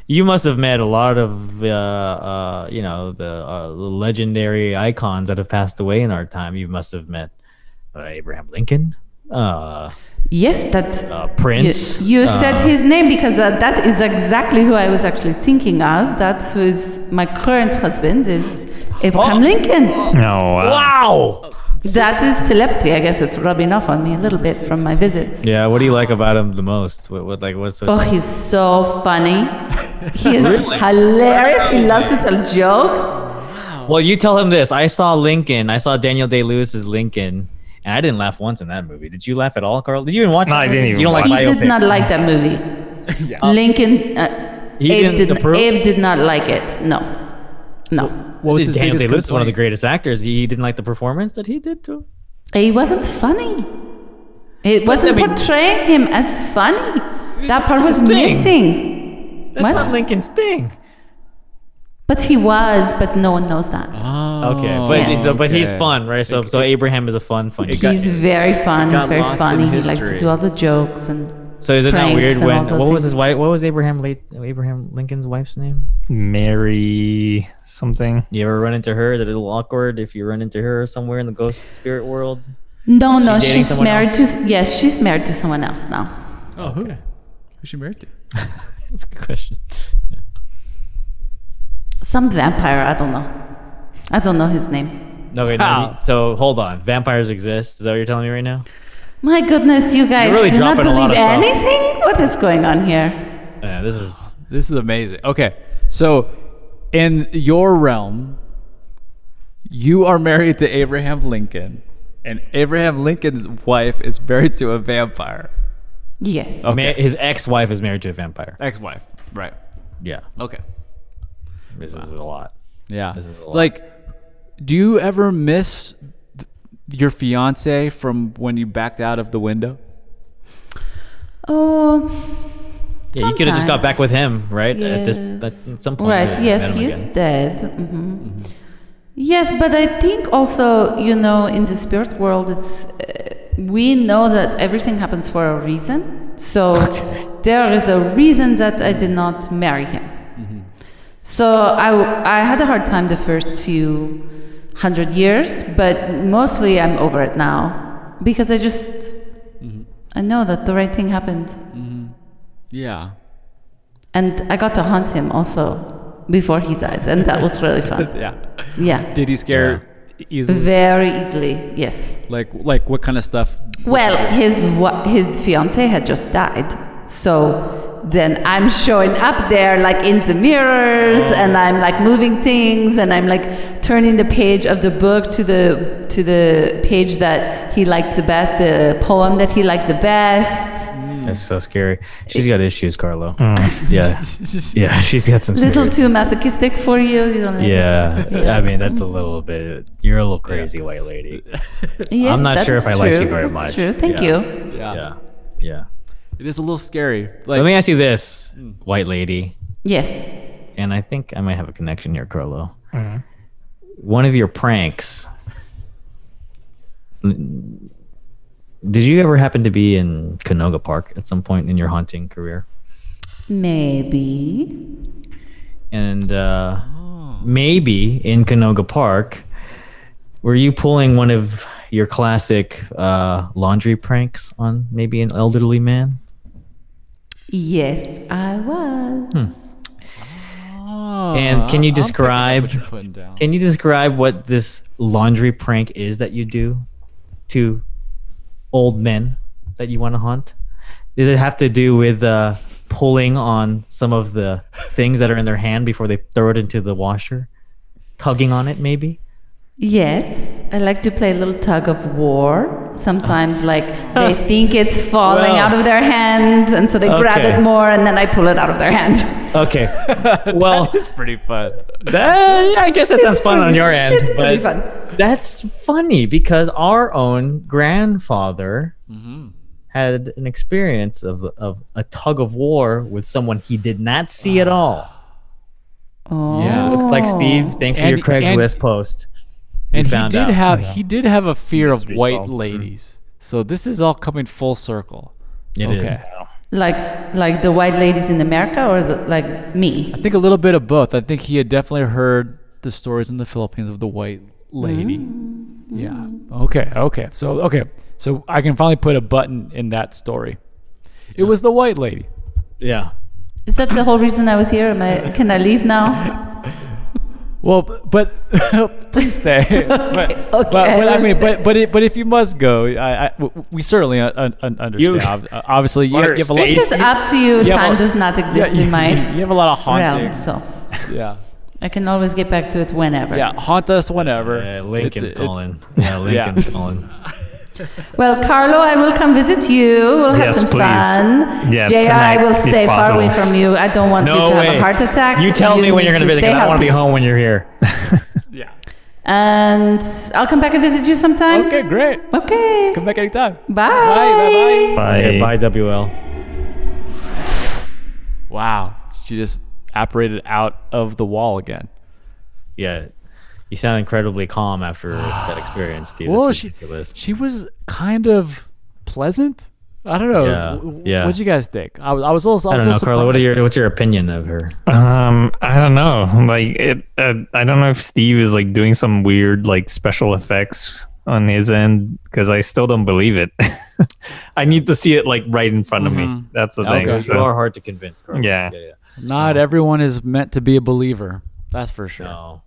D: You must have met a lot of, uh, uh, you know, the uh, legendary icons that have passed away in our time. You must have met uh, Abraham Lincoln, uh,
G: Yes, that's.
D: uh,
G: You,
D: Prince.
G: you said his name because that, that is exactly who I was actually thinking of. That was my current husband is Abraham Lincoln.
F: No. Oh, wow.
D: Wow.
G: That is telepathy. I guess it's rubbing off on me a little bit from my visits.
D: Yeah. What do you like about him the most? What, what like what's so
G: Oh, he's so funny. He is hilarious. He loves to tell jokes.
D: Well, you tell him this. I saw Lincoln. I saw Daniel Day Lewis's Lincoln, and I didn't laugh once in that movie. Did you laugh at all, Carl? Did you even watch?
F: No,
D: this
F: I
D: movie?
F: didn't even
D: You don't
F: watch
G: He
D: like
G: did
D: biopics.
G: not like that
D: <laughs>
G: movie. Lincoln. Uh,
D: He didn't
G: Abe, did,
D: approve?
G: Abe did not like it. No. No.
C: What was his
D: Daniel Day
C: biggest
D: Lewis is one of the
C: complaint?
D: greatest actors. He didn't like the performance that he did too.
G: He wasn't funny. It wasn't
D: mean-
G: portraying him as funny. That part
D: that's
G: was
D: his thing.
G: missing.
D: That's
G: What?
D: not Lincoln's thing.
G: But he was, but no one knows that.
D: Ah,
C: Oh,
D: Okay, but
G: Yeah.
D: so, but he's
C: okay.
D: fun, right? So so Abraham is a fun, funny. guy.
G: He's very fun.
C: got
G: He's very
C: lost
G: funny.
C: in
G: He likes to
C: history.
G: do all the jokes and
D: So is it not
G: pranks
D: weird
G: and all
D: when
G: those
D: what was
G: things.
D: his wife? What was Abraham late Abraham Lincoln's wife's name?
F: Mary something.
D: You ever run into her? Is it a little awkward if you run into her somewhere in the ghost spirit world?
G: no, no,
D: dating
G: she's
D: someone
G: married
D: else?
G: to yes, she's married to someone else now.
C: Oh, who? Who's she married to?
D: That's a good question.
G: Some vampire. I don't know. I don't know his name.
D: Okay, no, so hold on. Vampires exist. Is that what you're telling me right now?
G: My goodness, you guys
D: really
G: do not
D: dropping a lot
G: believe
D: of stuff.
G: anything. What is going on here?
D: Yeah, this is
C: This is amazing. Okay, so in your realm, you are married to Abraham Lincoln, and Abraham Lincoln's wife is married to a vampire.
G: Yes.
C: Okay.
D: ma- his ex-wife is married to a vampire.
C: Ex-wife, right?
D: Yeah,
C: Okay.
D: this is a lot.
C: Yeah.
D: This is a lot.
C: Like, do you ever miss th- your fiance from when you backed out of the window?
G: Oh.
D: Yeah, you could have just got back with him, right? At this,
G: Yes.
D: at some point,
G: Right,
D: you
G: yes,
D: met him
G: he is
D: again. Mm-hmm.
G: dead. hmm Yes, but I think also, you know, in the spirit world, it's uh, we know that everything happens for a reason. So there is a reason that I did not marry him.
D: Mm-hmm.
G: So I, I had a hard time the first few hundred years, but mostly I'm over it now because I just I know that the right thing happened.
C: Yeah.
G: And I got to hunt him also before he died, and that was really
D: <laughs>
G: fun.
C: Yeah.
G: Yeah.
C: Did he scare easily?
G: Very easily, yes.
C: Like, like what kind of stuff?
G: Well, his wa- his fiance had just died, so then I'm showing up there like in the mirrors
D: Oh.
G: and I'm like moving things and I'm like turning the page of the book to the to the page that he liked the best, the poem that he liked the best.
D: That's so scary. She's got issues, Carlo. Yeah, yeah, <laughs> she's got some.
G: Little <laughs>
D: serious-
G: too masochistic for you. you don't like it.
D: yeah. I mean that's a little bit. You're a little crazy, white lady.
G: Yes,
D: I'm not
G: that
D: sure
G: is
D: if I like you
G: true.
D: very
G: That's
D: much.
G: True. Thank
D: Yeah.
G: you.
C: Yeah.
D: Yeah, yeah.
C: It is a little scary.
D: Let me
C: Like
D: ask you this, white lady,
G: Yes.
D: and I think I might have a connection here, Carlo. One of your pranks. Did you ever happen to be in Canoga Park at some point in your haunting career?
G: Maybe.
D: and uh, maybe in Canoga Park, were you pulling one of your classic uh, laundry pranks on maybe an elderly man?
G: Yes, I was.
C: Hmm.
D: and can
C: "Oh, I'm picking
D: you
C: up
D: describe
C: what you're putting down.
D: can you describe what this laundry prank is that you do to old men that you want to haunt? Does it have to do with uh, pulling on some of the things that are in their hand before they throw it into the washer, tugging on it maybe?
G: Yes, I like to play a little tug of war.
C: Ah.
G: Sometimes, like,
C: <laughs>
G: they think it's falling
D: Well.
G: out of their hand, and so they grab
D: Okay.
G: it more, and then I pull it out of their hand.
D: Okay. Well,
C: It's pretty fun.
D: That, I guess that sounds fun on your end.
G: it's pretty
D: but
G: fun.
D: That's funny because our own grandfather
C: Mm-hmm.
D: had an experience of, of a tug of war with someone he did not see at all.
C: <laughs>
G: Oh.
C: Yeah.
D: Looks like Steve, thanks to
C: And-
D: your Craigslist post. you
C: and he
D: found
C: did
D: out.
C: have he did have a fear of
F: Mystery
C: white
F: solved. Mm.
C: ladies. So this is all coming full circle.
D: It is.
C: Okay.
G: Like, like the white ladies in America, or is it like me?
C: I think a little bit of both. I think he had definitely heard the stories in the Philippines of the white lady.
G: Mm.
C: Yeah. Okay. Okay. So okay. So I can finally put a button in that story. It was the white lady.
D: Yeah.
G: Is that the whole reason I was here? Am I, can I
C: <laughs>
G: leave now?
C: Well, b- but <laughs> please stay. But,
G: <laughs> Okay,
C: but, but I mean,
G: understand.
C: but but, it, but if you must go, I, I- w- we certainly un, un, un- understand. Ob- uh, Obviously, you, you have a lot.
G: it's just up to you.
C: Yeah,
G: Time
C: well,
G: does not
C: yeah,
G: exist
C: <laughs> you,
G: in my
C: you have a lot of
G: realm,
C: haunting.
G: so
C: Yeah,
G: I can always get back to it whenever.
C: yeah, haunt us whenever.
D: Yeah,
C: It's-
D: Uh, Lincoln's
C: it's-
D: calling.
C: <laughs>
D: Yeah, Lincoln's calling.
G: Well, Carlo, I will come visit you. We'll have
F: Yes,
G: some
F: please.
G: fun.
F: Yeah,
G: JR, I
F: tonight,
G: will
F: if
G: stay far
F: possible.
G: away from you. I don't want you
D: No
G: to
D: way.
G: have a heart attack.
D: You tell me when
G: need
D: you're going to be
G: to stay
D: because I want to be
G: healthy.
D: home when you're here.
C: Yeah.
G: And I'll come back and visit you sometime.
C: Okay, great.
G: Okay.
C: Come back anytime. Bye.
G: Bye.
C: <laughs> Bye. Bye.
F: Bye.
D: Okay, bye, WL.
C: Wow, she just apparated out of the wall again.
D: Yeah. You sound incredibly calm after that experience, Steve.
C: Well,
D: That's
C: she-
D: ridiculous.
C: She was kind of pleasant. I don't know.
D: Yeah,
C: W-
D: yeah.
C: What'd you guys think? I was. I was also.
D: I don't know, Carla. What are
C: surprised.
D: your what's your opinion of her?
F: Um, I don't know. Like it, uh, I don't know if Steve is like doing some weird like special effects on his end because I still don't believe it. <laughs> I need to see it like right in front of me. That's the thing.
C: Okay.
F: so-
D: Mm-hmm. You are hard to convince, Carla.
F: Yeah.
D: yeah,
C: Not everyone is meant to be a believer. That's for sure.
D: No,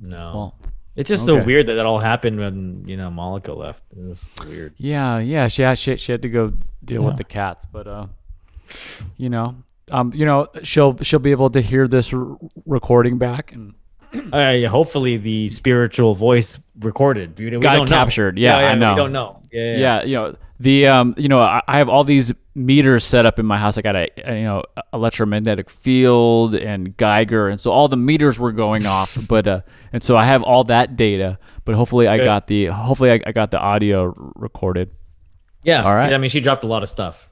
D: no.
C: Well,
D: it's just
C: okay.
D: so weird that that all happened when you know Malika left. It was weird.
C: Yeah, yeah. She had she, she had to go deal with the cats, but uh, you know, um, you know, she'll she'll be able to hear this r- recording back and
D: Uh, yeah, hopefully, the spiritual voice recorded. We, we
C: Got it
D: don't
C: captured.
D: Know.
C: Yeah, I know.
D: We don't know. Yeah, yeah.
C: yeah, you know the um, you know, I, I have all these meters set up in my house. I got a, a, you know e-, electromagnetic field and Geiger, and so all the meters were going
D: <laughs>
C: off. But uh, and so I have all that data. But hopefully, I got the hopefully I, I got the audio r- recorded.
D: yeah.
C: All right.
D: I mean, she dropped a lot of stuff.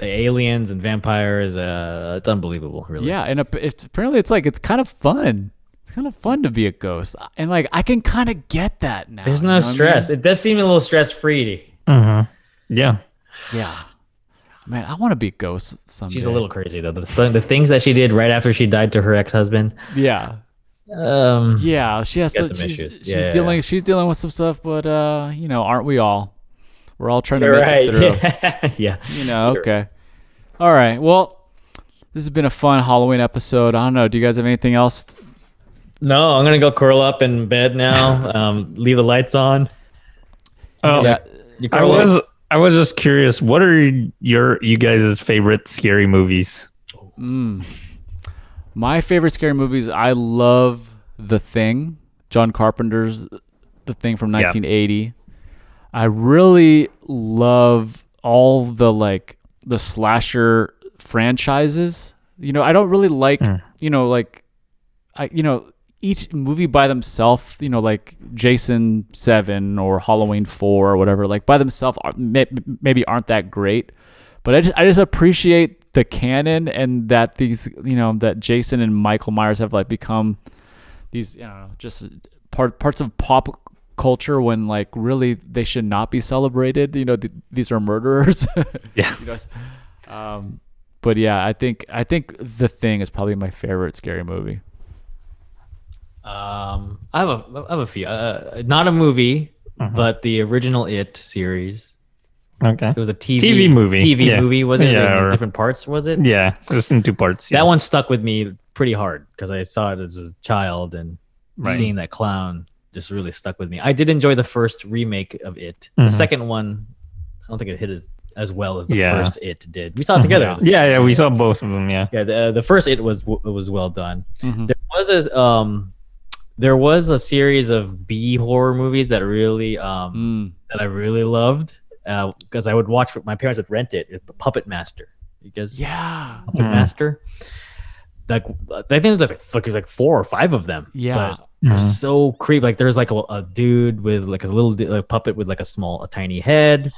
D: Aliens and vampires. Uh, it's unbelievable, really.
C: Yeah, and ap- it's apparently it's like it's kind of fun. It's kind of fun to be a ghost, uh, and like I can kind of get that now.
D: There's
C: you
D: no
C: know what I mean?
D: stress. It does seem a little stress free.
F: Yeah.
C: Yeah, man, I want to be a ghost someday.
D: She's a little crazy though. The, th- the things that she did right after she died to her ex husband.
C: Yeah,
D: Um,
C: yeah. She has to-
D: Got some
C: she's,
D: issues.
C: She's
D: Yeah, yeah,
C: dealing.
D: yeah.
C: She's dealing with some stuff, but uh, you know, aren't we all? We're all trying to make
D: right.
C: it through.
D: <laughs> Yeah. yeah.
C: You know. Okay. All right. Well, this has been a fun Halloween episode. I don't know. Do you guys have anything else?
D: No, I'm gonna go curl up in bed now. um, leave the lights on.
F: Oh,
C: Yeah.
D: You
F: I
D: curl up.
F: was I was just curious. What are your you guys' favorite scary movies?
C: My favorite scary movies, I love The Thing, John Carpenter's The Thing from 1980. I really love all the like the slasher franchises. You know, I don't really like, you know, like I you know, each movie by themselves, you know, like Jason 7 or Halloween 4 or whatever, like by themselves are- may- maybe aren't that great but I just, I just appreciate the canon and that these you know that Jason and Michael Myers have like become these you know just part parts of pop culture when like really they should not be celebrated you know th- these are murderers <laughs> yeah um but yeah I think I think the thing is probably my favorite scary movie
D: Um, I have a I have a few. Uh, not a movie, but the original It series.
F: Okay.
D: It was a TV,
F: TV movie.
D: TV
F: Yeah.
D: movie was <laughs> it?
F: Yeah,
D: In
F: or-
D: different parts was it?
F: Yeah, just in two parts.
D: That
F: yeah.
D: one stuck with me pretty hard because I saw it as a child and
F: Right.
D: seeing that clown just really stuck with me. I did enjoy the first remake of It. The second one, I don't think it hit as, as well as the
F: Yeah.
D: first It did. We saw it together.
F: Mm-hmm. Yeah, yeah, we saw both
D: <laughs>
F: of them. Yeah.
D: yeah the, the first it was it was well done there was a um there was a series of b horror movies that really um
C: mm.
D: that i really loved because i would watch my parents would rent it puppet master because
C: yeah
D: puppet
F: Mm.
D: master like i think there's like, like there's like four or five of them
C: Yeah.
D: but they're so creepy like there's like a, a dude with like a little di- like, puppet with like a small a tiny head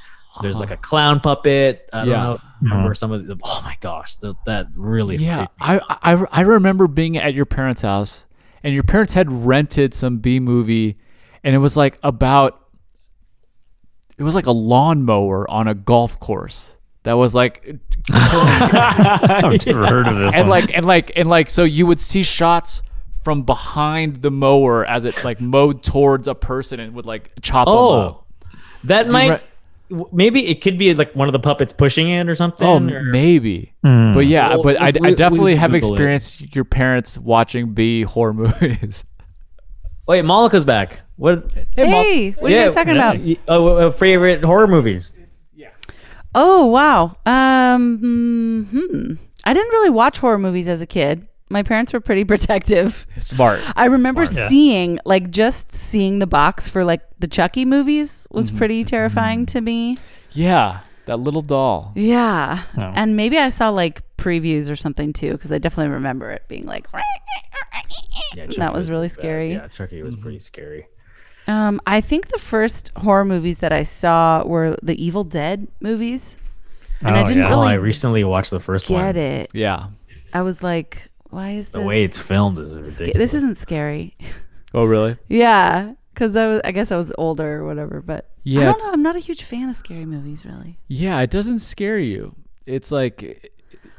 D: there's like a clown puppet i
C: Uh-huh. Yeah.
D: don't know remember some of the oh my gosh th- that really
C: yeah I, I I remember being at your parents' house and your parents had rented some B movie and it was like about it was like a lawnmower on a golf course that was like
F: I've never heard of this
C: and
F: one.
C: like and like and like so you would see shots from behind the mower as it like mowed towards a person and would like chop them
D: Oh,
C: up.
D: that might.
C: uh, re-
D: w- maybe it could be like one of the puppets pushing it or something.
C: Oh,
D: or-
C: maybe. But yeah,
D: Well,
C: but I,
D: let's-
C: I
D: we-
C: definitely
D: we
C: have
D: Google it.
C: experienced your parents watching B horror <laughs> movies.
D: Wait, Malika's back. What?
G: Hey, what are you guys talking about?
D: y- oh, uh, favorite horror movies.
G: Oh wow. Um, hmm. I didn't really watch horror movies as a kid. My parents were pretty <laughs> protective.
C: Smart.
G: I remember seeing, like, just seeing the box for like the Chucky movies was pretty terrifying to me.
C: Yeah, that little doll.
G: Yeah, and maybe I saw like previews or something too, because I definitely remember it being like.
D: Yeah,
G: That was really scary.
D: Yeah, Chucky was pretty scary.
G: Um, I think the first horror movies that I saw were the Evil Dead movies, and I
F: Oh,
G: didn't
F: yeah.
D: Oh, I
G: really
D: recently watched the first one.
G: get it.
C: Yeah.
G: I was like, "Why is
D: The
G: this?
D: way it's filmed is
G: sca-
D: ridiculous.
G: this isn't scary." <laughs>
C: Oh, really?
G: Yeah, because I was, I guess I was older or whatever. But
C: Yeah,
G: I don't
C: it's-
G: know. I'm not a huge fan of scary movies, really.
C: Yeah, it doesn't scare you. It's like,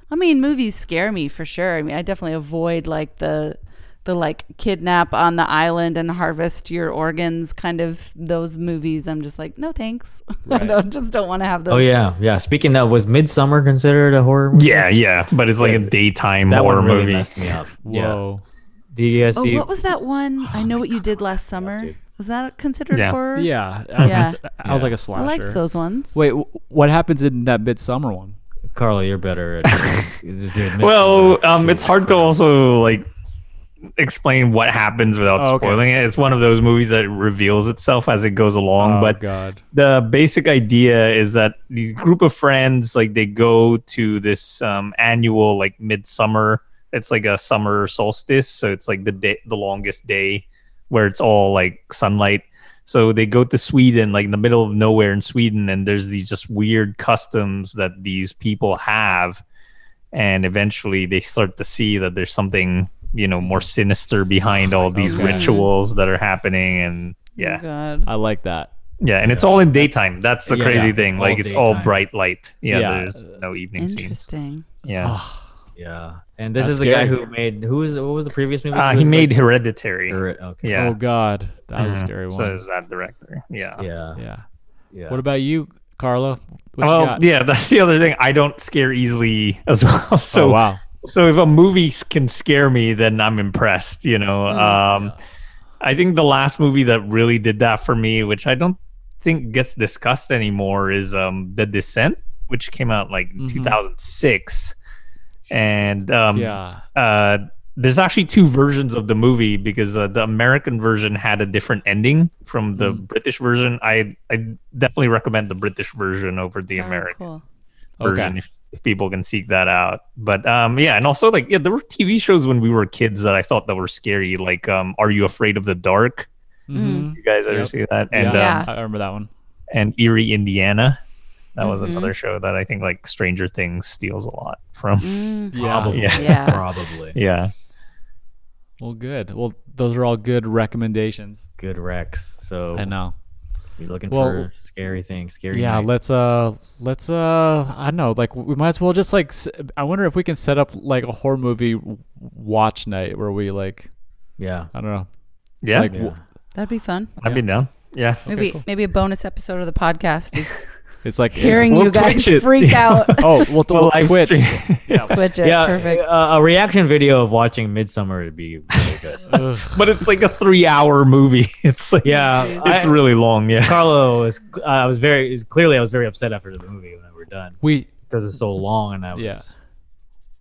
G: I mean, movies scare me for sure. I mean, I definitely avoid like the the like kidnap on the island and harvest your organs kind of those movies. I'm just like, no thanks. <laughs> I don't, just don't want to have those.
D: Oh yeah, yeah. Speaking of, was Midsummer considered a horror movie?
F: yeah, yeah, but it's like a daytime
D: that
F: horror
D: one really
F: movie.
D: messed me up. Yeah.
C: whoa.
D: Do you guys
G: Oh,
D: see?
G: what was that
F: <sighs>
G: one? I know what you did last summer. was that considered
F: Yeah.
G: horror?
C: Yeah.
F: <laughs>
G: Yeah.
C: <laughs> I, was like a
G: I
C: slasher.
G: liked those ones.
C: Wait, w- what happens in that midsummer one?
D: Carla, you're better at. dude,
F: Well, um, it's hard to also like explain what happens without
C: Oh, okay.
F: spoiling it. It's one of those movies that reveals itself as it goes along. Oh,
C: Oh,
F: but
C: God.
F: the basic idea is that these group of friends like they go to this um, annual like midsummer it's like a summer solstice so it's like the day the longest day where it's all like sunlight so they go to sweden like in the middle of nowhere in sweden and there's these just weird customs that these people have and eventually they start to see that there's something you know more sinister behind all these
C: Okay.
F: rituals that are happening and yeah
G: Oh God.
C: I like that.
F: yeah, and it's all in daytime. That's the
D: Yeah,
F: crazy
D: yeah, it's
F: thing.
D: all
F: like it's all
D: daytime.
F: bright light. Yeah,
C: Yeah. Oh,
F: there's no evening scenes.
G: Interesting.
F: Yeah,
D: Yeah, and this
C: That's
D: is the
C: scary.
D: guy who made who was what was the previous movie?
F: uh,
D: was
F: he
D: like-
F: made Hereditary.
D: Okay.
F: Yeah,
C: Oh, God. That was a
F: Mhm.
C: scary one.
F: So is that director? Yeah.
D: Yeah.
C: yeah.
D: yeah.
C: What about you, Carlo? What you
F: Well,
C: got?
F: yeah, <laughs> that's the other thing. I don't scare easily as well. <laughs> So
C: oh, wow.
F: so if a movie s- can scare me, then I'm impressed. You know, um, I think the last movie that really did that for me, which I don't think gets discussed anymore, is um, The Descent, which came out like 2006. and um,
C: Yeah.
F: uh, there's actually two versions of the movie because uh, the American version had a different ending from the
G: Mm.
F: British version. I I definitely recommend the British version over the American
G: Ah,
F: <laughs>
G: Cool.
F: version if, if people can seek that out. But um, yeah, and also like yeah, there were TV shows when we were kids that I thought that were scary, like um, Are You Afraid of the Dark?
G: Mm.
C: Mm-hmm.
F: You guys ever
C: Yep.
F: see that? And
C: yeah,
F: um,
C: I remember that one.
F: and Erie, Indiana. That was
G: Mm-hmm.
F: another show that I think like Stranger Things steals a lot from.
G: Mm.
C: Yeah.
F: <laughs> Yeah.
G: Yeah.
D: <laughs> Probably.
F: Yeah.
C: Well, good. Well, those are all good recommendations.
D: Good Rex. So
C: I know.
D: you're looking
C: Well-
D: for scary things. Scary.
C: Yeah,
D: night.
C: let's uh let's uh I don't know, like we might as well just like s- I wonder if we can set up like a horror movie w- watch night where we like
D: yeah.
C: I don't know.
F: Yeah.
C: Like w-
G: <laughs> That'd be fun.
F: I'd be down. Yeah.
G: Maybe maybe a bonus episode of the podcast
F: <laughs>
G: is
C: it's like
G: hearing
F: We'll
G: you guys
F: Twitch
G: <laughs>
F: it. <laughs> Oh.
G: freak out.
C: Oh, we'll, we'll,
F: live
C: Twitch. <laughs>
F: stream.
G: Twitch it.
D: Yeah,
G: Perfect.
D: uh, a reaction video of watching Midsummer would be really
C: <laughs>
D: good.
F: <laughs> but it's like a three hour movie. <laughs> It's like,
D: Yeah,
F: it's
D: I-
F: really long. Yeah. <laughs>
D: Carlo was, uh, I was very clearly I was very upset after the movie when we were done
C: We
D: because it's so long and I was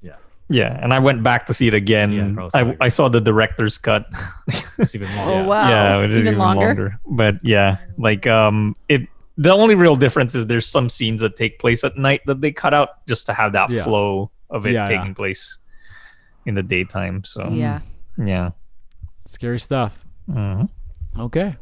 C: Yeah.
F: Yeah. And I went back to see it again.
D: Yeah, Carl's
F: I,
D: not
F: I saw the director's cut. <laughs>
D: it's even long.
G: <laughs> Oh wow.
F: yeah. Which is
G: even, longer.
F: But yeah, like, um, it, the only real difference is there's some scenes that take place at night that they cut out just to have that
C: Yeah.
F: flow of it
C: Yeah,
F: taking
C: yeah.
F: place in the daytime. So,
G: Yeah.
F: yeah.
C: scary stuff.
F: Mhm.
C: Okay.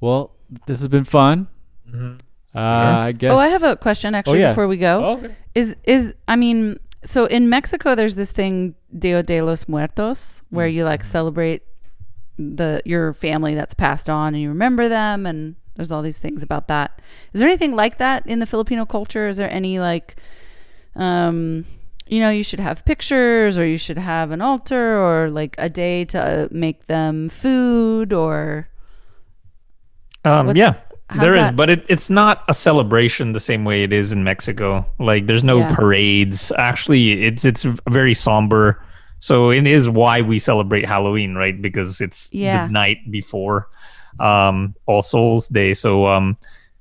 C: Well, this has been fun.
F: Mm-hmm.
C: Uh, I guess
G: Oh, I have a question actually
C: yeah.
G: before we go.
C: Oh, okay.
G: Is is I mean, so in Mexico there's this thing Dia de los Muertos where you like celebrate the your family that's passed on and you remember them and there's all these things about that. Is there anything like that in the Filipino culture? Is there any like um you know, you should have pictures or you should have an altar or like a day to uh, make them food or
F: Um,
G: What's-
F: yeah,
G: how's
F: there is,
G: that?
F: but it, it's not a celebration the same way it is in Mexico. Like, there's no
G: Yeah.
F: parades. Actually, it's it's very somber. So it is why we celebrate Halloween, right? Because it's
G: Yeah.
F: the night before um, All Souls Day. So um,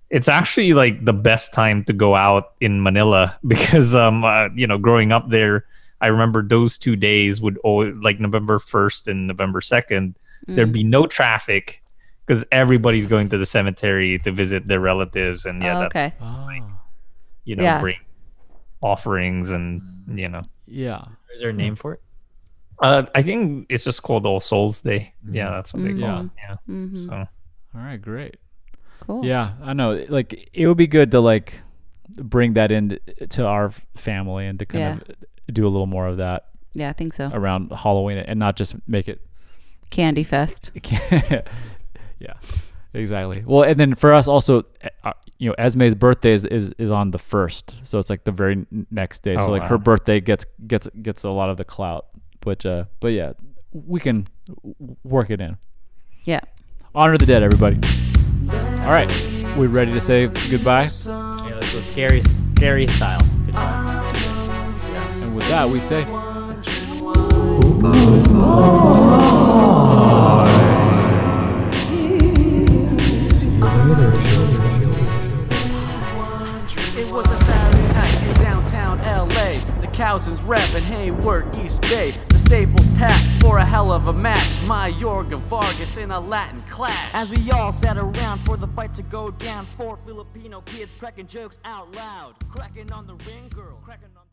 F: it's actually like the best time to go out in Manila <laughs> because um, uh, you know, growing up there, I remember those two days would always like November first and November second. There'd
G: Mm.
F: be no traffic because everybody's going to the cemetery to visit their relatives, and yeah,
G: Oh,
F: that's
G: okay.
C: Ah,
F: you know,
G: Yeah.
F: bring offerings and you know,
C: yeah.
D: Is there a name for it?
F: uh, I think it's just called All Souls Day. Yeah, that's what they call
G: Mm.
F: it. Yeah,
G: Mm-hmm.
F: so
C: All right, great.
G: Cool.
C: Yeah, I know. Like it would be good to like bring that in to our f- family and to kind of do a little more of that
G: Yeah, I think so.
C: around Halloween and not just make it. <laughs>
G: Candy fest.
C: yeah, exactly. Well, and then for us also, uh, you know, Esme's birthday is, is is on the first, so it's like the very n- next day. so
F: Oh,
C: like her
F: wow.
C: birthday gets gets gets a lot of the clout, which uh, but yeah, we can w- work it in.
G: Yeah.
C: Honor the dead, everybody. All right, we ready to say goodbye.
D: Yeah, it's a scary, scary style. Good time.
C: And with that, we say.
A: It was a Saturday night in downtown LA. The Cousins reppin' Hayward, East Bay. The staples packed for a hell of a match. My Yorga Vargas in a Latin clash.
I: As we all sat around for the fight to go down, four Filipino kids cracking jokes out loud, cracking on the ring girl, cracking on